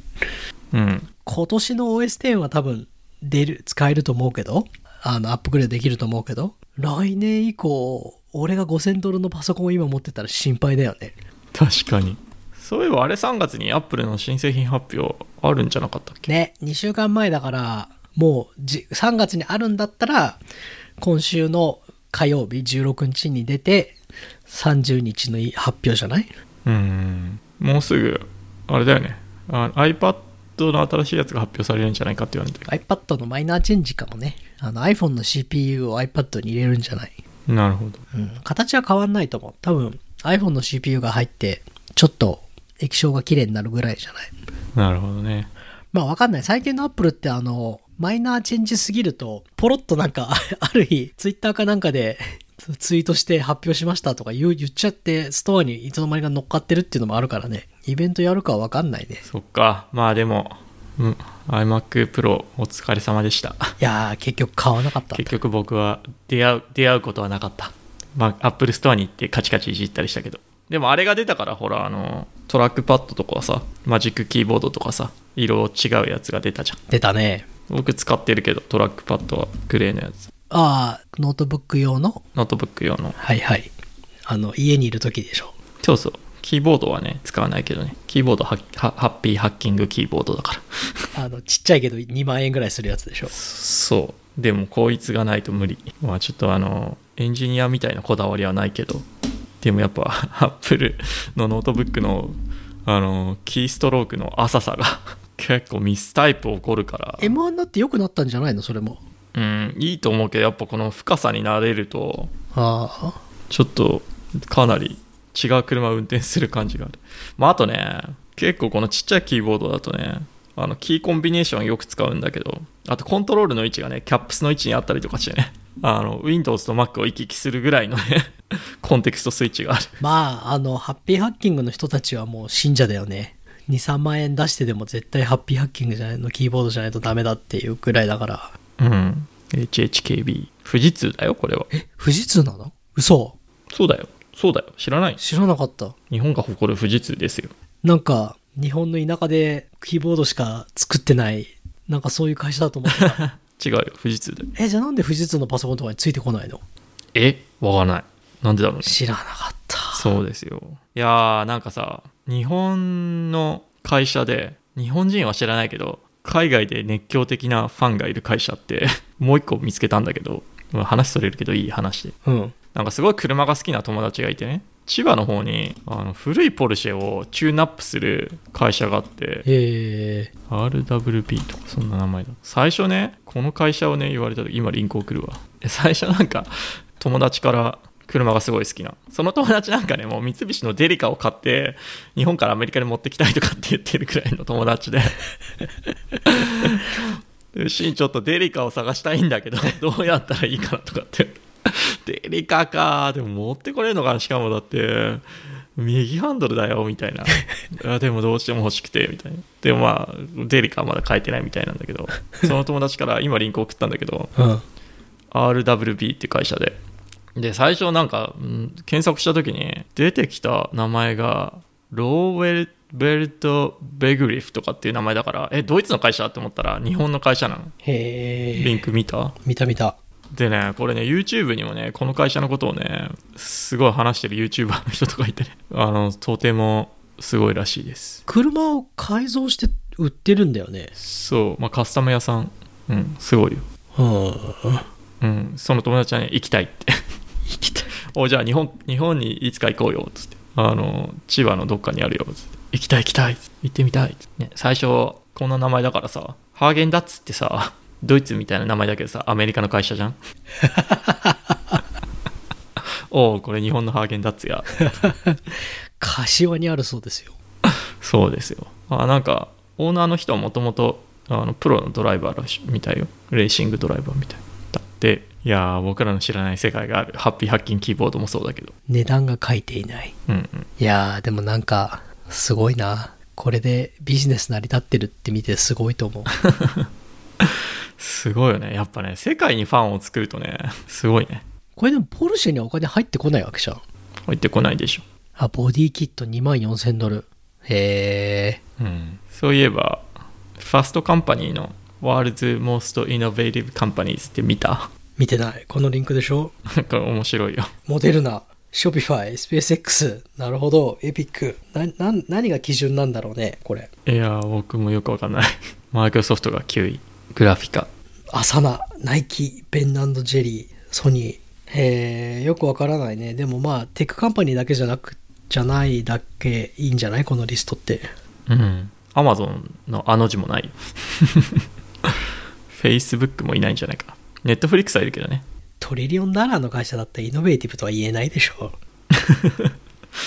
Speaker 1: うん
Speaker 2: 今年の OS10 は多分、出る、使えると思うけど、あの、アップグレードできると思うけど、来年以降、俺が5000ドルのパソコンを今持ってたら心配だよね。
Speaker 1: 確かにそういえばあれ3月に Apple の新製品発表あるんじゃなかったっけ
Speaker 2: ね、2週間前だから、もうじ3月にあるんだったら、今週の火曜日16日に出て、30日の発表じゃない
Speaker 1: うんもうすぐあれだよねあ iPad の新しいやつが発表されるんじゃないかって言われて
Speaker 2: ?iPad のマイナーチェンジかもね。あの iPhone の CPU を iPad に入れるんじゃない、
Speaker 1: なるほど
Speaker 2: うん、形は変わんないと思う。多分 iPhone の CPU が入って、ちょっと液晶が綺麗になるぐらいじゃない
Speaker 1: なるほどね
Speaker 2: まあわかんない。最近のアップルってあの、マイナーチェンジすぎると、ポロッとなんか、 ある日、ツイッターかなんかで、ツツイートして発表しましたとか言う言っちゃって、ストアにいつの間にか乗っかってるっていうのもあるからね。イベントやるかはわかんないね。
Speaker 1: そっかまあでも、うん、iMac Pro お疲れ様で した
Speaker 2: いやー、結局買わなかった。
Speaker 1: 結局僕は出会う出会うことはなかった、まあ、Apple ストアに行ってカチカチいじったりしたけどでもあれが出たからほらあのトラックパッドとかさマジックキーボードとかさ色違うやつが出たじゃん
Speaker 2: 出たね。
Speaker 1: 僕使ってるけどトラックパッドはグレーのやつ
Speaker 2: ああ、ノートブック用の、
Speaker 1: ノートブック用の
Speaker 2: はいはい。あの、家にいる時でしょ。
Speaker 1: そうそうキーボードはね使わないけどねキーボードははハッピーハッキングキーボードだから
Speaker 2: あの、ちっちゃいけど2万円ぐらいするやつでしょ。
Speaker 1: そうでもこいつがないと無理まあちょっとあのエンジニアみたいなこだわりはないけどでもやっぱ アップルのノートブックのあのキーストロークの浅さが結構ミスタイプ起こるから
Speaker 2: M1 になって良くなったんじゃないのそれも。
Speaker 1: うんいいと思うけどやっぱこの深さになれると
Speaker 2: ああ。
Speaker 1: ちょっとかなり違う車を運転する感じがある、まあ、あとね結構このちっちゃいキーボードだとねあのキーコンビネーションよく使うんだけどあとコントロールの位置がねキャップスの位置にあったりとかしてね あの Windows と Mac を行き来するぐらいのね コンテクストスイッチがある
Speaker 2: まあ、あの、ハッピーハッキングの人たちはもう信者だよね。2、3万円出してでも絶対ハッピーハッキングじゃないのキーボードじゃないとダメだっていうぐらいだから。
Speaker 1: うん HHKB 富士通だよこれは
Speaker 2: え、富士通なの嘘
Speaker 1: そうだよそうだよ知らない
Speaker 2: 知らなかった。
Speaker 1: 日本が誇る富士通ですよ
Speaker 2: なんか、日本の田舎でキーボードしか作ってない、なんかそういう会社だと思ってた。
Speaker 1: 違うよ富士通だよ
Speaker 2: え、じゃあなんで富士通のパソコンとかについてこないの
Speaker 1: えわからないなんでだろうね
Speaker 2: 知らなかった。
Speaker 1: そうですよいやーなんかさ日本の会社で日本人は知らないけど海外で熱狂的なファンがいる会社って もう一個見つけたんだけどまあ話それるけどいい話で
Speaker 2: うん。
Speaker 1: なんかすごい車が好きな友達がいてね千葉の方にあの古いポルシェをチューンアップする会社があって
Speaker 2: え
Speaker 1: RWP とかそんな名前だ最初ねこの会社をね言われた時今リンク送るわえ最初なんか友達から車がすごい好きなその友達なんかねもう三菱のデリカを買って日本からアメリカに持ってきたいとかって言ってるくらいの友達ででシンちょっとデリカを探したいんだけどどうやったらいいかなとかってデリカかでも持ってこれるのかなしかもだって右ハンドルだよみたいなあでもどうしても欲しくてみたいなでもまあデリカはまだ変えてないみたいなんだけどその友達から今リンク送ったんだけど
Speaker 2: えうん。
Speaker 1: RWB っていう会社でで最初なんか、うん検索した時に出てきた名前がローウェルベルト・ベグリフとかっていう名前だからえドイツの会社って思ったら日本の会社なの
Speaker 2: へ
Speaker 1: リ
Speaker 2: え。
Speaker 1: ンク見た
Speaker 2: 見た見た。
Speaker 1: でねこれね YouTube にもねこの会社のことをねすごい話してる YouTuber の人とかいてね あのとてもすごいらしいです
Speaker 2: 車を改造して売ってるんだよね。
Speaker 1: そうまあカスタム屋さんうんすごいよ
Speaker 2: うん。
Speaker 1: うんその友達はね行きたいって
Speaker 2: 行きたい。
Speaker 1: おじゃあ日本日本にいつか行こうよっつってあの千葉のどっかにあるよっつって行きたい行きたいっつって行ってみたいっつって、ね、最初こんな名前だからさハーゲンダッツってさ ドイツみたいな名前だけどさアメリカの会社じゃん おおこれ日本のハーゲンダッツや
Speaker 2: 柏にあるそうですよ。
Speaker 1: そうですよあなんかオーナーの人はもともとあのプロのドライバーらしみたいよレーシングドライバーみたいだっていやー僕らの知らない世界があるハッピーハッキングキーボードもそうだけど
Speaker 2: 値段が書いていない。
Speaker 1: うんうん
Speaker 2: いやー、でもなんか、すごいな。これでビジネス成り立ってるって見てすごいと思う。
Speaker 1: すごいよねやっぱね世界にファンを作るとねすごいね
Speaker 2: これでもポルシェにはお金入ってこないわけじゃん。
Speaker 1: 入ってこないでしょ、
Speaker 2: あ、ボディキット2万4000ドル。へえ。
Speaker 1: うん、そういえばファストカンパニーのワールズ・モースト・イノベーティブ・カンパニーズって見た
Speaker 2: 見てない。このリンクでしょ
Speaker 1: なんか面白いよ
Speaker 2: モデルナ、ショピファイ、スペース X。なるほど。エピック。な、な、何が基準なんだろうね、これ。
Speaker 1: いやー僕もよくわかんないマイクロソフトが9位グラフィカ
Speaker 2: アサナ、ナイキ、ベンジェリー、ソニー。へえ、よくわからないね。でもまあ、テックカンパニーだけじゃなく、じゃないだけいいんじゃないこのリストって。
Speaker 1: うん。アマゾンのあの字もない。Facebook もいないんじゃないかな。ネットフリックスはいるけどね。
Speaker 2: トリリオンダラーの会社だったらイノベーティブとは言えないでしょ。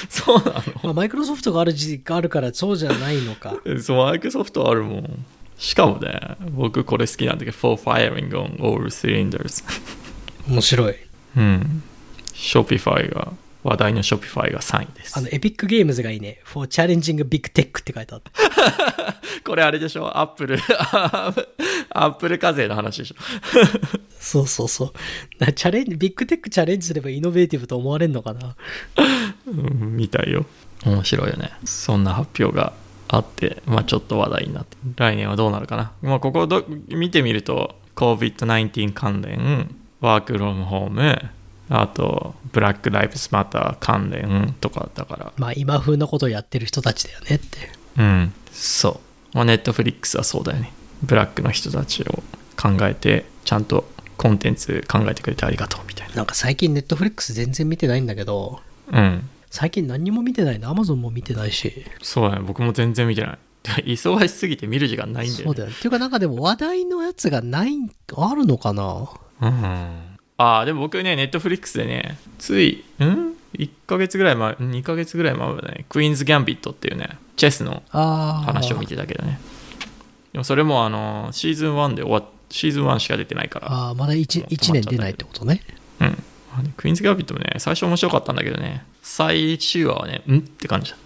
Speaker 1: そうな
Speaker 2: まあ、マイクロソフトがある時があるからそうじゃないのか。
Speaker 1: のそう、マイクロソフトあるもん。しかもね、僕これ好きなんだけど、for firing on all cylinders。
Speaker 2: 面白い。
Speaker 1: うん。Shopify が話題の Shopify が3位です
Speaker 2: あの、エピックゲームズがいいね。for challenging big tech って書いてあった。
Speaker 1: これあれでしょアップル アップル課税の話でしょ
Speaker 2: そうそうそう。なチャレンジ、ビッグテックチャレンジすればイノベーティブと思われるのかな。
Speaker 1: うんみたいよ面白いよねそんな発表があってまあちょっと話題になって来年はどうなるかなまあここど見てみると COVID-19 関連ワークロームホームあとブラック・ライブスマター関連とかだから
Speaker 2: まあ今風なことをやってる人たちだよねって。
Speaker 1: うんそうまあネットフリックスはそうだよねブラックの人たちを考えてちゃんとコンテンツ考えてくれてありがとうみたい
Speaker 2: なんか最近ネットフリックス全然見てないんだけど、
Speaker 1: なうん
Speaker 2: 最近何にも見てないな。アマゾンも見てないし。
Speaker 1: そうだね僕も全然見てない 忙しすぎて見る時間ないんだ
Speaker 2: そ
Speaker 1: よ
Speaker 2: う
Speaker 1: ね
Speaker 2: だよね。っていうかなんかでも話題のやつがない、あるのかな
Speaker 1: うんああでも僕ねネットフリックスでねついん1ヶ月ぐらい前2ヶ月ぐらい前までねクイーンズ・ギャンビットっていうねチェスの
Speaker 2: ああ。
Speaker 1: 話を見てたけどねでもそれもあのシーズン1で終わっシーズン1しか出てないから
Speaker 2: ああ、まだ 1, 一年出ないってことね。
Speaker 1: うん。クイーンズ・ギャビットもね、最初面白かったんだけどね、最終話はね、んって感じだ。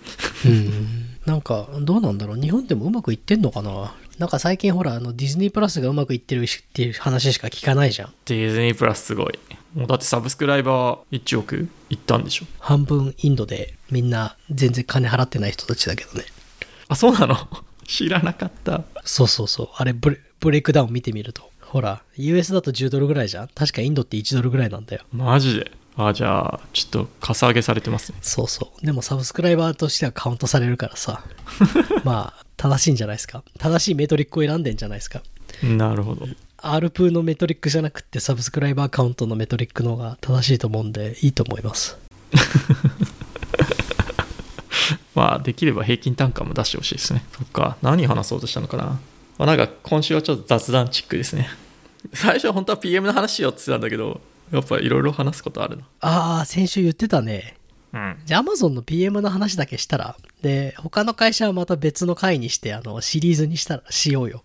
Speaker 2: うん。なんか、どうなんだろう。日本でもうまくいってんのかななんか最近ほら、あの、ディズニープラスがうまくいってるしっていう話しか聞かないじゃん。
Speaker 1: ディズニープラスすごい。もうだってサブスクライバー1億いったんでしょ。
Speaker 2: 半分インドでみんな全然金払ってない人たちだけどね
Speaker 1: あ、そうなの 知らなかった。
Speaker 2: そうそうそうあれブレブレイクダウン見てみるとほら US だと10ドルぐらいじゃん確かインドって1ドルぐらいなんだよ
Speaker 1: マジで。あ、じゃあ、ちょっとかさ上げされてますね。
Speaker 2: そうそうでもサブスクライバーとしてはカウントされるからさまあ正しいんじゃないですか正しいメトリックを選んでんじゃないですか
Speaker 1: なるほど。
Speaker 2: R プーのメトリックじゃなくてサブスクライバーカウントのメトリックの方が正しいと思うんでいいと思います
Speaker 1: まあ、できれば平均単価も出してほしいですね。そっか。何話そうとしたのかな。まあ、なんか今週はちょっと雑談チックですね。最初は本当は PM の話しようって言ってたんだけど、やっぱいろいろ話すことある
Speaker 2: ああ先週言ってたね
Speaker 1: な。うん。
Speaker 2: じゃあ Amazon の PM の話だけしたら、で、他の会社はまた別の回にして、あの、シリーズにしたら、しようよ。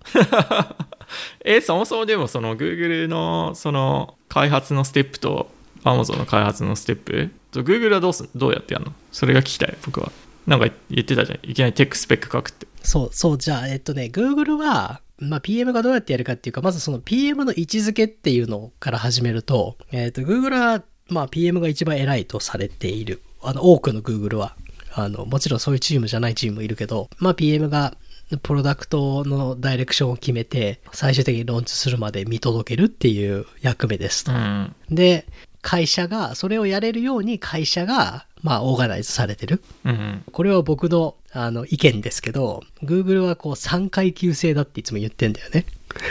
Speaker 1: えそもそもでもその Google のその開発のステップと Amazon の開発のステップと Google はどうすどうやってやるのそれが聞きたい僕はなんか言ってたじゃんいきなりテックスペック書くって
Speaker 2: そう、そう、じゃあ、えっとね、Google は、まあ、PM がどうやってやるかっていうか、まずその PM の位置づけっていうのから始めると、えっと、Google は、まあ、PM が一番偉いとされている。あの、多くの Google は。あの、もちろんそういうチームじゃないチームもいるけど、まあ、PM が、プロダクトのダイレクションを決めて、最終的にローンチするまで見届けるっていう役目ですと。
Speaker 1: ん
Speaker 2: で、会社が、それをやれるように会社が、まあ、オーガナイズされてる。
Speaker 1: うん
Speaker 2: これは僕の、あの、意見ですけど、Google はこう、3階級制だっていつも言ってんだよね。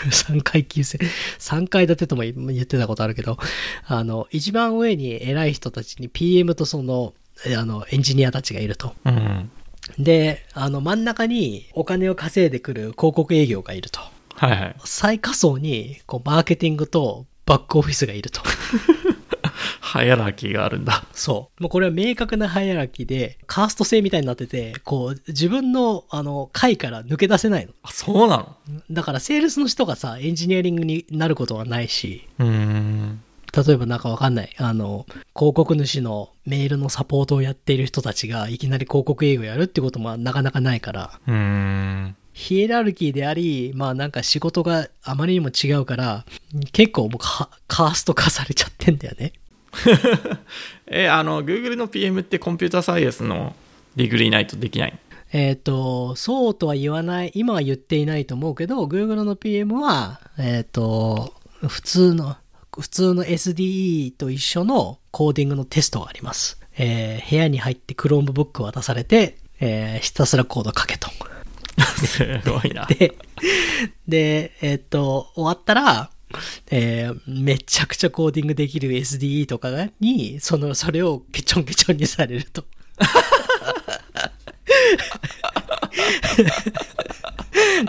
Speaker 2: 3階級制。3階建てとも言ってたことあるけど、あの、一番上に偉い人たちに PM とその、えあの、エンジニアたちがいると。
Speaker 1: うん
Speaker 2: で、あの、真ん中にお金を稼いでくる広告営業がいると。
Speaker 1: はいはい
Speaker 2: 最下層に、こう、マーケティングとバックオフィスがいると。
Speaker 1: ハイアラキーがあるんだ
Speaker 2: そう。もうこれは明確なハイアラキーで、カースト制みたいになってて、こう、自分の、あの、会から抜け出せないの。
Speaker 1: あそうなの
Speaker 2: だから、セールスの人がさ、エンジニアリングになることはないし、
Speaker 1: うん
Speaker 2: 例えばなんかわかんない、あの、広告主のメールのサポートをやっている人たちが、いきなり広告営業やるってこともなかなかないから、
Speaker 1: うん
Speaker 2: ヒエラルキーであり、まあなんか仕事があまりにも違うから、結構もうカカースト化されちゃってんだよね。
Speaker 1: えあの Google の PM ってコンピューターサイエンスのディグリーないとできない
Speaker 2: えっ、と、そうとは言わない、今は言っていないと思うけど、Google の PM は、えっ、と、普通の、普通の SDE と一緒のコーディングのテストがあります。えー部屋に入って Chromebook を渡されて、えーひたすらコード書けと。
Speaker 1: の すごいな
Speaker 2: で、で、えっ、と、終わったら、えーめちゃくちゃコーディングできる SDE とかに、その、それをケチョンケチョンにされる と。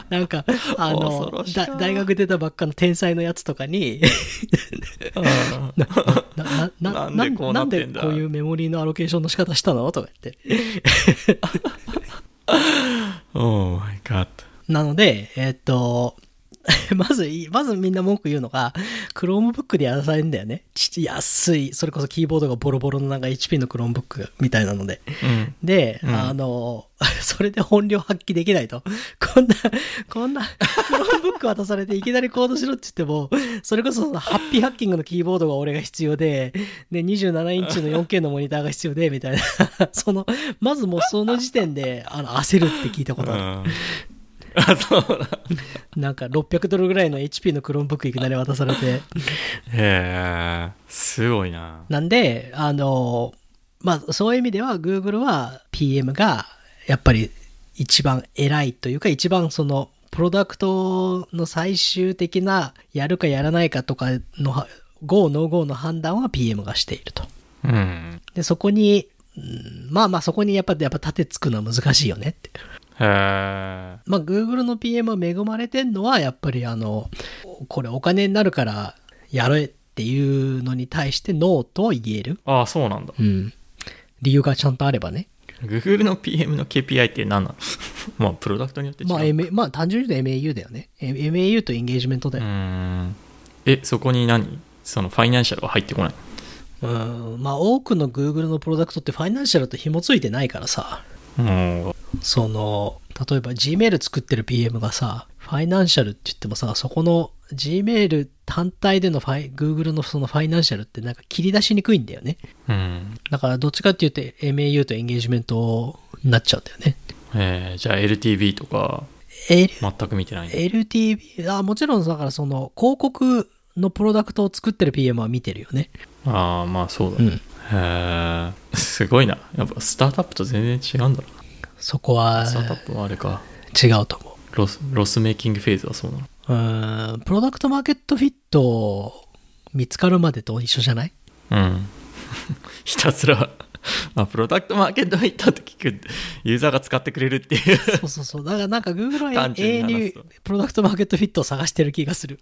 Speaker 2: なんか、あの
Speaker 1: 恐ろ、しいな
Speaker 2: だ大学出たばっかの天才のやつとかに、
Speaker 1: うん
Speaker 2: な、な、な、
Speaker 1: なんでこうなってんだ
Speaker 2: なんでこういうメモリーのアロケーションの仕方したのとか言って。
Speaker 1: Oh my god
Speaker 2: なので、えっと、 まずい、まずみんな文句言うのが、Chromebook でやらされるんだよね。ち安い、それこそキーボードがボロボロのなんか HP の Chromebook みたいなので。
Speaker 1: うん。
Speaker 2: で、
Speaker 1: うん
Speaker 2: あの、 それで本領発揮できないと。こんな、こんな、Chromebook 渡されていきなりコードしろって言っても、それこそそのハッピーハッキングのキーボードが俺が必要で、で、27インチの 4K のモニターが必要で、みたいな。 その、まずもうその時点で、あの、焦るって聞いたことある。
Speaker 1: あ、そうだ。
Speaker 2: なんか600ドルぐらいの HP の Chromebook いきなり渡されて。
Speaker 1: へえ、すごいな。
Speaker 2: なんで、あの、まあ、そういう意味では Google は PM がやっぱり一番偉いというか、一番そのプロダクトの最終的なやるかやらないかとかのは Go、No Go の判断は PM がしていると。
Speaker 1: うん。
Speaker 2: で、そこに、うんまあまあそこにやっぱ、やっぱ盾つくのは難しいよねって。
Speaker 1: へえ、
Speaker 2: まあ、Google の PM は恵まれてんのは、やっぱりあの、これお金になるからやれっていうのに対してノーとは言える。
Speaker 1: ああ、そうなんだ。
Speaker 2: うん。理由がちゃんとあればね。
Speaker 1: Google の PM の KPI って何なの まあ、プロダクトによって違う。
Speaker 2: まあ、
Speaker 1: う
Speaker 2: M、まあ、単純に言うと MAU だよね。え MAU とエンゲージメントだよ。
Speaker 1: ーん。え、そこに何そのファイナンシャルは入ってこない。
Speaker 2: うん。まあ、多くの Google のプロダクトってファイナンシャルと紐ついてないからさ、
Speaker 1: うん。
Speaker 2: その、例えば Gmail 作ってる PM がさ、ファイナンシャルって言ってもさ、そこの Gmail 単体でのファイ Google のそのファイナンシャルってなんか切り出しにくいんだよね。
Speaker 1: うん。
Speaker 2: だからどっちかって言って MAU とエンゲージメントになっちゃうんだよね。
Speaker 1: えー、じゃあ LTV とか、
Speaker 2: L
Speaker 1: 全く見てないね。
Speaker 2: LTV、あもちろんだからその広告のプロダクトを作ってる PM は見てるよね。
Speaker 1: ああ、まあそうだ
Speaker 2: う
Speaker 1: ね。
Speaker 2: ん。
Speaker 1: へえ、すごいな。やっぱスタートアップと全然違うんだろう
Speaker 2: そこは
Speaker 1: な。スタートアップはあれか。
Speaker 2: 違うと思う。
Speaker 1: ロス、ロスメイキングフェーズはそうなの。
Speaker 2: うーん、プロダクトマーケットフィット見つかるまでと一緒 じゃない
Speaker 1: うん。ひたすら、あ、プロダクトマーケット入ったって聞く、ユーザーが使ってくれるっていう。
Speaker 2: そうそうそう。だからなんか Google は
Speaker 1: 単純に
Speaker 2: 永遠
Speaker 1: 話
Speaker 2: に
Speaker 1: すと
Speaker 2: プロダクトマーケットフィットを探してる気がする。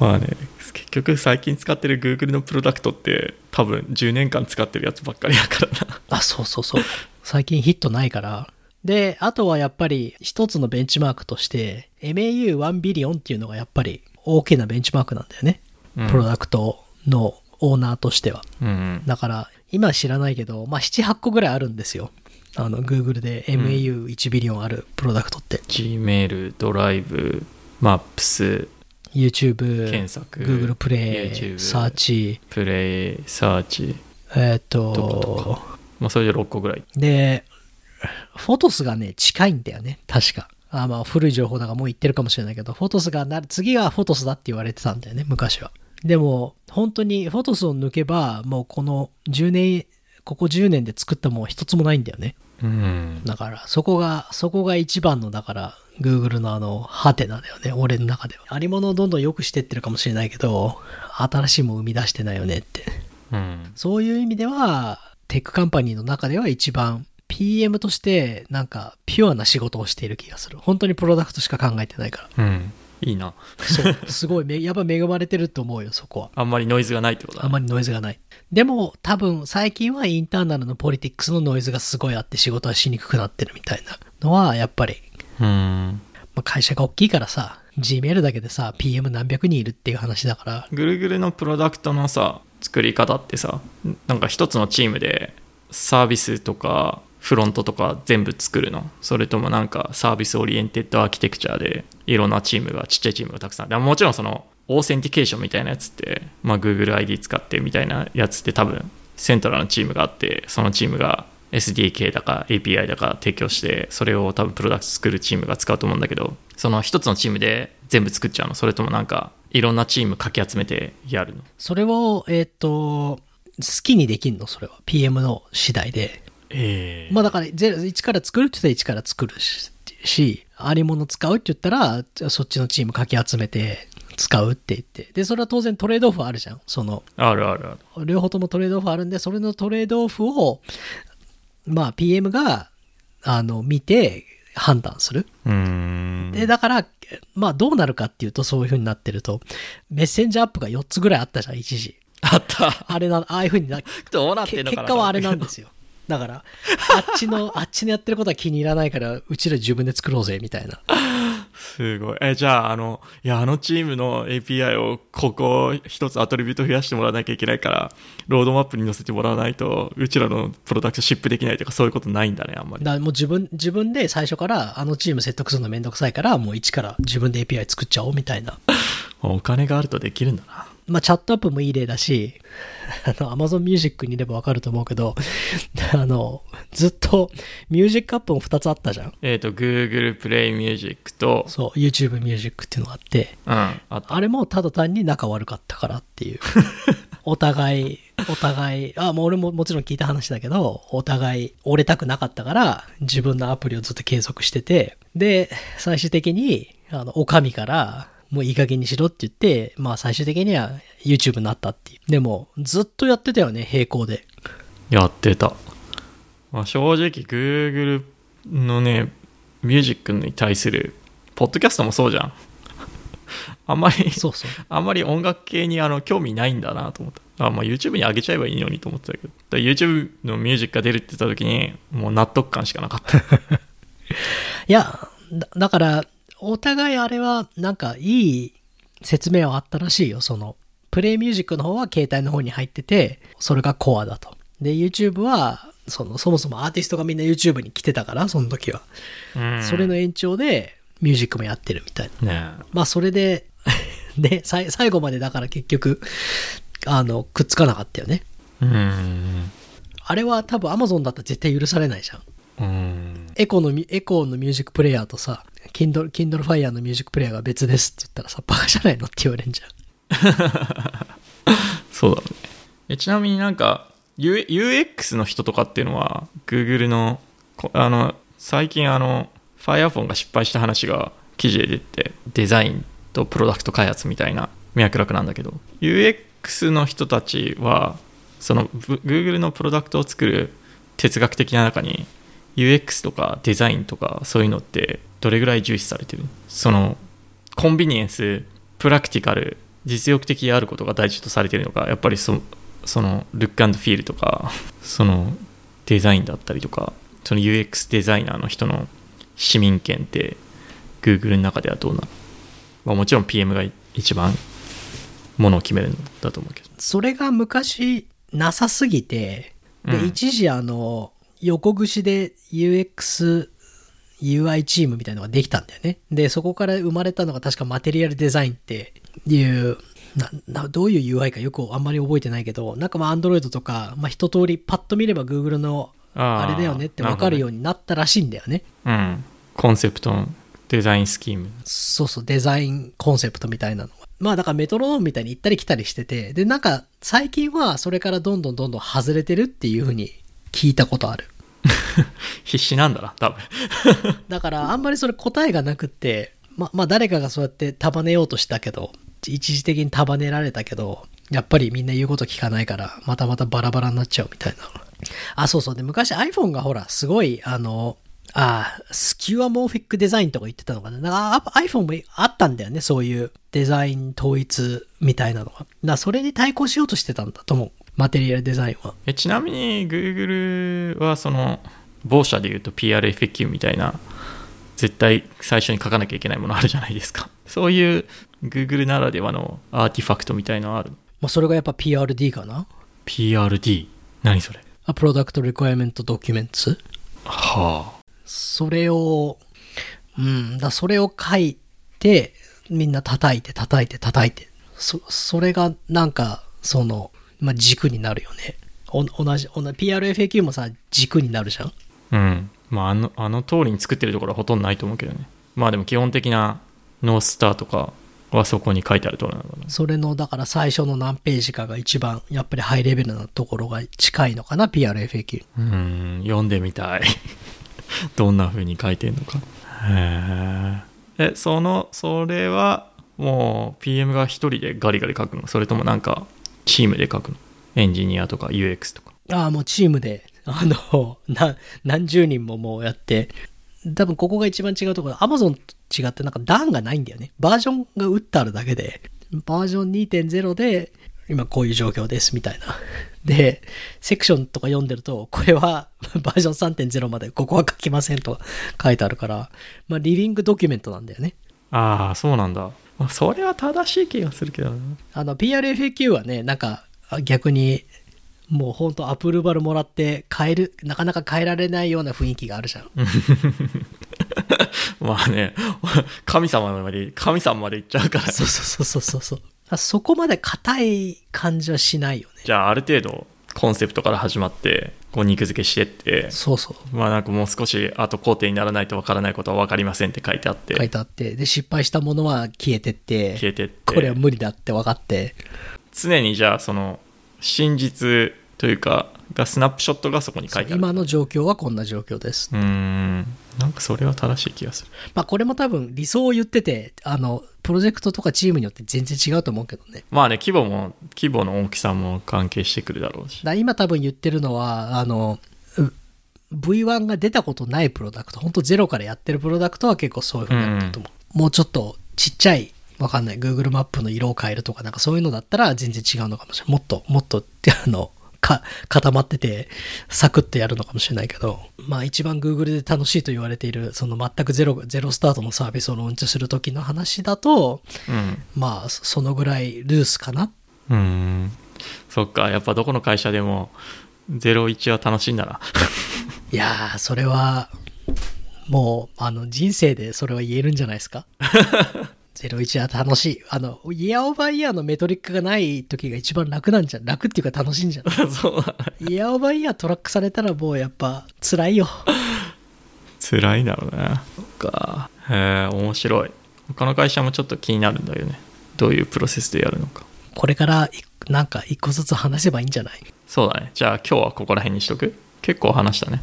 Speaker 1: まあね、結局最近使ってる Google のプロダクトって、多分10年間使ってるやつばっかりだからな。
Speaker 2: あ、そうそうそう。最近ヒットないから。で、あとはやっぱり一つのベンチマークとして、MAU1 ビリオンっていうのがやっぱり大きなベンチマークなんだよね。
Speaker 1: うん
Speaker 2: プロダクトのオーナーとしては。
Speaker 1: うん。
Speaker 2: だから、今知らないけど、まあ、7、8個ぐらいあるんですよ。あの、Google で MAU1 ビリオンあるプロダクトって。
Speaker 1: Gmail、ドライブ、Maps、
Speaker 2: YouTube、
Speaker 1: 検索
Speaker 2: Google プレイ、
Speaker 1: YouTube
Speaker 2: Search、
Speaker 1: プレイ、サーチ、
Speaker 2: えっ、、
Speaker 1: どことまあそれで6個ぐらい。
Speaker 2: で、フォトスがね、近いんだよね、確か。あまあ、古い情報だからもう言ってるかもしれないけど、フォトスがな、次がフォトスだって言われてたんだよね、昔は。でも、本当にフォトスを抜けば、もうこの10年、ここ10年で作ったものは一つもないんだよね。
Speaker 1: うん。
Speaker 2: だから、そこが、そこが一番の、だから、Google のあの、ハテナだよね、俺の中では。ありものをどんどん良くしてってるかもしれないけど、新しいもの生み出してないよねって。
Speaker 1: うん。
Speaker 2: そういう意味では、テックカンパニーの中では一番 PM としてなんかピュアな仕事をしている気がする。本当にプロダクトしか考えてないか
Speaker 1: うん。いいな。
Speaker 2: ら。そう。 すごいめ、やっぱ恵まれてると思うよ、そこは。
Speaker 1: あんまりノイズがないってことだ、
Speaker 2: あまりノイズがない。でも多分最近はインターナルのポリティックスのノイズがすごいあって仕事はしにくくなってるみたいなのはやっぱり、
Speaker 1: うん。
Speaker 2: まあ、会社が大きいからさ、Gmail だけでさ、PM 何百人いるっていう話だから、
Speaker 1: Google のプロダクトのさ、作り方ってさ、なんか一つのチームでサービスとかフロントとか全部作るのそれともなんかサービスオリエンテッドアーキテクチャでいろんなチームが、ちっちゃいチームがたくさん。でももちろんそのオーセンティケーションみたいなやつって、まあ、Google ID 使ってみたいなやつって多分セントラルのチームがあって、そのチームが SDK だか API だか提供して、それを多分プロダクト作るチームが使うと思うんだけど、その一つのチームで全部作っちゃうのそれともなんかいろんなチームかき集めてやるの
Speaker 2: それを、えっ、と、好きにできんの、それは。PM の次第で。
Speaker 1: え
Speaker 2: まあだからゼロ、一から作るって言ったら一から作るし、しありもの使うって言ったら、じゃあそっちのチームかき集めて使うって言って。で、それは当然トレードオフあるじゃん。その、
Speaker 1: あるあるある。
Speaker 2: 両方ともトレードオフあるんで、それのトレードオフを、まあ PM が、あの、見て判断する。
Speaker 1: うーん。
Speaker 2: で、だから、まあどうなるかっていうと、そういう風になってると、メッセンジャーアップが4つぐらいあったじゃん、一時。
Speaker 1: あった。
Speaker 2: あれな、ああいう風にな、
Speaker 1: どうなっ
Speaker 2: け
Speaker 1: てんの
Speaker 2: 結
Speaker 1: かな
Speaker 2: 果はあれなんですよ。 だから、あっちの、あっちのやってることは気に入らないから、うちら自分で作ろうぜ、みたいな。
Speaker 1: すごい。え、じゃあ、あの、いや、あのチームの API をここ一つアトリビュート増やしてもらわなきゃいけないから、ロードマップに載せてもらわないと、うちらのプロダクションシップできないとか、そういうことないんだね、あんまり
Speaker 2: だ。からもう自分、自分で最初から、あのチーム説得するのめんどくさいから、もう一から自分で API 作っちゃおう、みたいな。
Speaker 1: お金があるとできるんだな。
Speaker 2: まあ、チャットアップもいい例だし、あの、Amazon Music にいればわかると思うけど、あの、ずっと、ミュージックアップも2つあったじゃん。
Speaker 1: えっ、と、Google Play Music と、
Speaker 2: そう、YouTube Music っていうのがあって、
Speaker 1: うん、あった。
Speaker 2: あれもただ単に仲悪かったからっていう。お互い、お互い、あ、もう俺ももちろん聞いた話だけど、お互い折れたくなかったから、自分のアプリをずっと継続してて、で、最終的に、あの、お上から、もういい加減にしろって言って、まあ最終的には YouTube になったっていう。でも、ずっとやってたよね、並行で。
Speaker 1: やってた。まあ、正直、Google のね、ミュージックに対する、ポッドキャストもそうじゃん。 あんまり、
Speaker 2: そうそう。
Speaker 1: あんまり音楽系にあの興味ないんだなと思った。あまあ、YouTube に上げちゃえばいいのにと思ってたけど。だから YouTube のミュージックが出るって言った時に、もう納得感しかなか った。
Speaker 2: いや、だだから、お互いあれは、なんかいい説明はあったらしいよ。その、プレイミュージックの方は携帯の方に入ってて、それがコアだと。で、YouTube は、その、そもそもアーティストがみんな YouTube に来てたから、その時は。
Speaker 1: うん
Speaker 2: それの延長で、ミュージックもやってるみたいな。
Speaker 1: ねえ
Speaker 2: まあ、それで、 で、さい最後までだから結局、あの、くっつかなかったよね。
Speaker 1: うん。
Speaker 2: あれは多分 Amazon だったら絶対許されないじゃ
Speaker 1: う
Speaker 2: ん。
Speaker 1: ん。
Speaker 2: エコーのミ、エコーのミュージックプレイヤーとさ、Kindle、Kindle Fire のミュージックプレイヤーが別ですって言ったらさ、バカじゃないのって言われんじゃん。
Speaker 1: そうだろうね。えちなみになんか、U、UX の人とかっていうのは、Google の、こあの、最近あの、Firephone が失敗した話が記事で出て、デザインとプロダクト開発みたいな脈絡なんだけど、UX の人たちは、その、ぶ Google のプロダクトを作る哲学的な中に、UX とかデザインとかそういうのってどれぐらい重視されてるそのコンビニエンスプラクティカル実力的であることが大事とされてるのかやっぱりそそのルックフィールとか そのデザインだったりとかその UX デザイナーの人の市民権って Google の中ではどうなの、まあ、もちろん PM が一番ものを決めるんだと思うけど
Speaker 2: それが昔なさすぎて、で、
Speaker 1: うん
Speaker 2: 一時あの、横串で UX、UI チームみたいのができたんだよね。で、そこから生まれたのが確かマテリアルデザインっていう、ななどういう UI かよくあんまり覚えてないけど、なんかまあ Android とか、まあ一通りパッと見れば Google の
Speaker 1: あ
Speaker 2: あ
Speaker 1: ー
Speaker 2: れだよねってわかるようになったらしいんだよね。
Speaker 1: うんコンセプトのデザインスキーム
Speaker 2: そうそう、デザインコンセプトみたいなのが。まあだからメトロノームみたいに行ったり来たりしてて、でなんか最近はそれからどんどんどんどん外れてるっていうふうに聞いたことある。
Speaker 1: 必死なんだな多分
Speaker 2: だからあんまりそれ答えがなくって、ま、まあ誰かがそうやって束ねようとしたけど、一時的に束ねられたけど、やっぱりみんな言うこと聞かないから、またまたバラバラになっちゃうみたいな。あ、そうそう。で、昔 iPhone がほら、すごい、あの、あスキュアモーフィックデザインとか言ってたのかな。なんかあ iPhone もあったんだよね、そういうデザイン統一みたいなのが。だからそれに対抗しようとしてたんだと思う。マテリアルデザインは。
Speaker 1: えちなみに Google はその某社でいうと PRFQ みたいな絶対最初に書かなきゃいけないものあるじゃないですか そういう Google ならではのアーティファクトみたいのある
Speaker 2: まあ、それがやっぱ PRD かな。
Speaker 1: PRD 何それ
Speaker 2: あ、プロダクトレクエアメントドキュメンツ
Speaker 1: はあ
Speaker 2: それを、うん、だそれを書いて、みんな叩いて叩いて叩いて。そ、それがなんか、その、まあ、軸になるよね。お同じ、同じ、PRFAQ もさ、軸になるじゃん
Speaker 1: うんまああのあの通りに作ってるところはほとんどないと思うけどねまあでも基本的なノースターとかはそこに書いてあるところなのかな
Speaker 2: それの、だから最初の何ページかが一番、やっぱりハイレベルなところが近いのかな、PRFAQ。
Speaker 1: うーん読んでみたい どんな風に書いてんのかへええそのそれはもう PM が一人でガリガリ書くのそれともなんかチームで書くのエンジニアとか UX とか
Speaker 2: ああ、もうチームで、あの、 な、何十人ももうやって、多分ここが一番違うところ、Amazon と違ってなんか段がないんだよね。バージョンが打ってあるだけで、バージョン2.0で、今こういう状況ですみたいな。で、セクションとか読んでると、これは バージョン3.0までここは書きませんとか書いてあるから、まあ、リビングドキュメントなんだよね。
Speaker 1: ああそうなんだ、まあ、それは正しい気がするけどな
Speaker 2: あの、PRFAQ はね、なんかあ逆に、もうほんとアプローバルもらって変える、なかなか変えられないような雰囲気があるじゃん。
Speaker 1: まあね神様まで神様まで行っちゃうから
Speaker 2: そうそうそうそうそう。あそこまで硬い感じはしないよね。
Speaker 1: じゃあある程度コンセプトから始まってこう肉付けしてって
Speaker 2: そうそう。
Speaker 1: まあなんかもう少し後工程にならないとわからないことは分かりませんって書いてあって
Speaker 2: 書いてあって、で、失敗したものは消えてって、
Speaker 1: 消えてって
Speaker 2: これは無理だって分かって、
Speaker 1: 常にじゃあその真実というかがスナップショットがそこに書いてある
Speaker 2: 今の状況はこんな状況です。
Speaker 1: うーんなんかそれは正しい気がする
Speaker 2: まあ、これも多分理想を言ってて、あの、プロジェクトとかチームによって全然違うと思うけどね。
Speaker 1: まあね規模も規模の大きさも関係してくるだろうし
Speaker 2: だ今多分言ってるのは、あの、う V1 が出たことないプロダクト、本当ゼロからやってるプロダクトは結構そういうふうになってると思う。もうちょっとちっちゃい、わかんない、Google マップの色を変えるとか、なんかそういうのだったら全然違うのかもしれない。もっと、もっと、 あの、か固まってて、サクッとやるのかもしれないけど、まあ一番 Google で楽しいと言われている、その全くゼロ、ゼロスタートのサービスをローンチする時の話だと、
Speaker 1: うん
Speaker 2: まあそそのぐらいルースかな
Speaker 1: うーんそっかやっぱどこの会社でも01は楽しいんだな
Speaker 2: いやー、それは、もう、あの、人生でそれは言えるんじゃないですか。01は楽しい。あの、イヤーオバイヤーのメトリックがない時が一番楽なんじゃん。楽っていうか楽しいんじゃん。
Speaker 1: そうだね
Speaker 2: イヤーオバイヤートラックされたらもうやっぱ辛いよ。
Speaker 1: 辛いだろうなそっかへえ面白い他の会社もちょっと気になるんだよねどういうプロセスでやるのか
Speaker 2: これからい、なんか一個ずつ話せばいいんじゃない
Speaker 1: そうだねじゃあ今日はここら辺にしとく結構話したね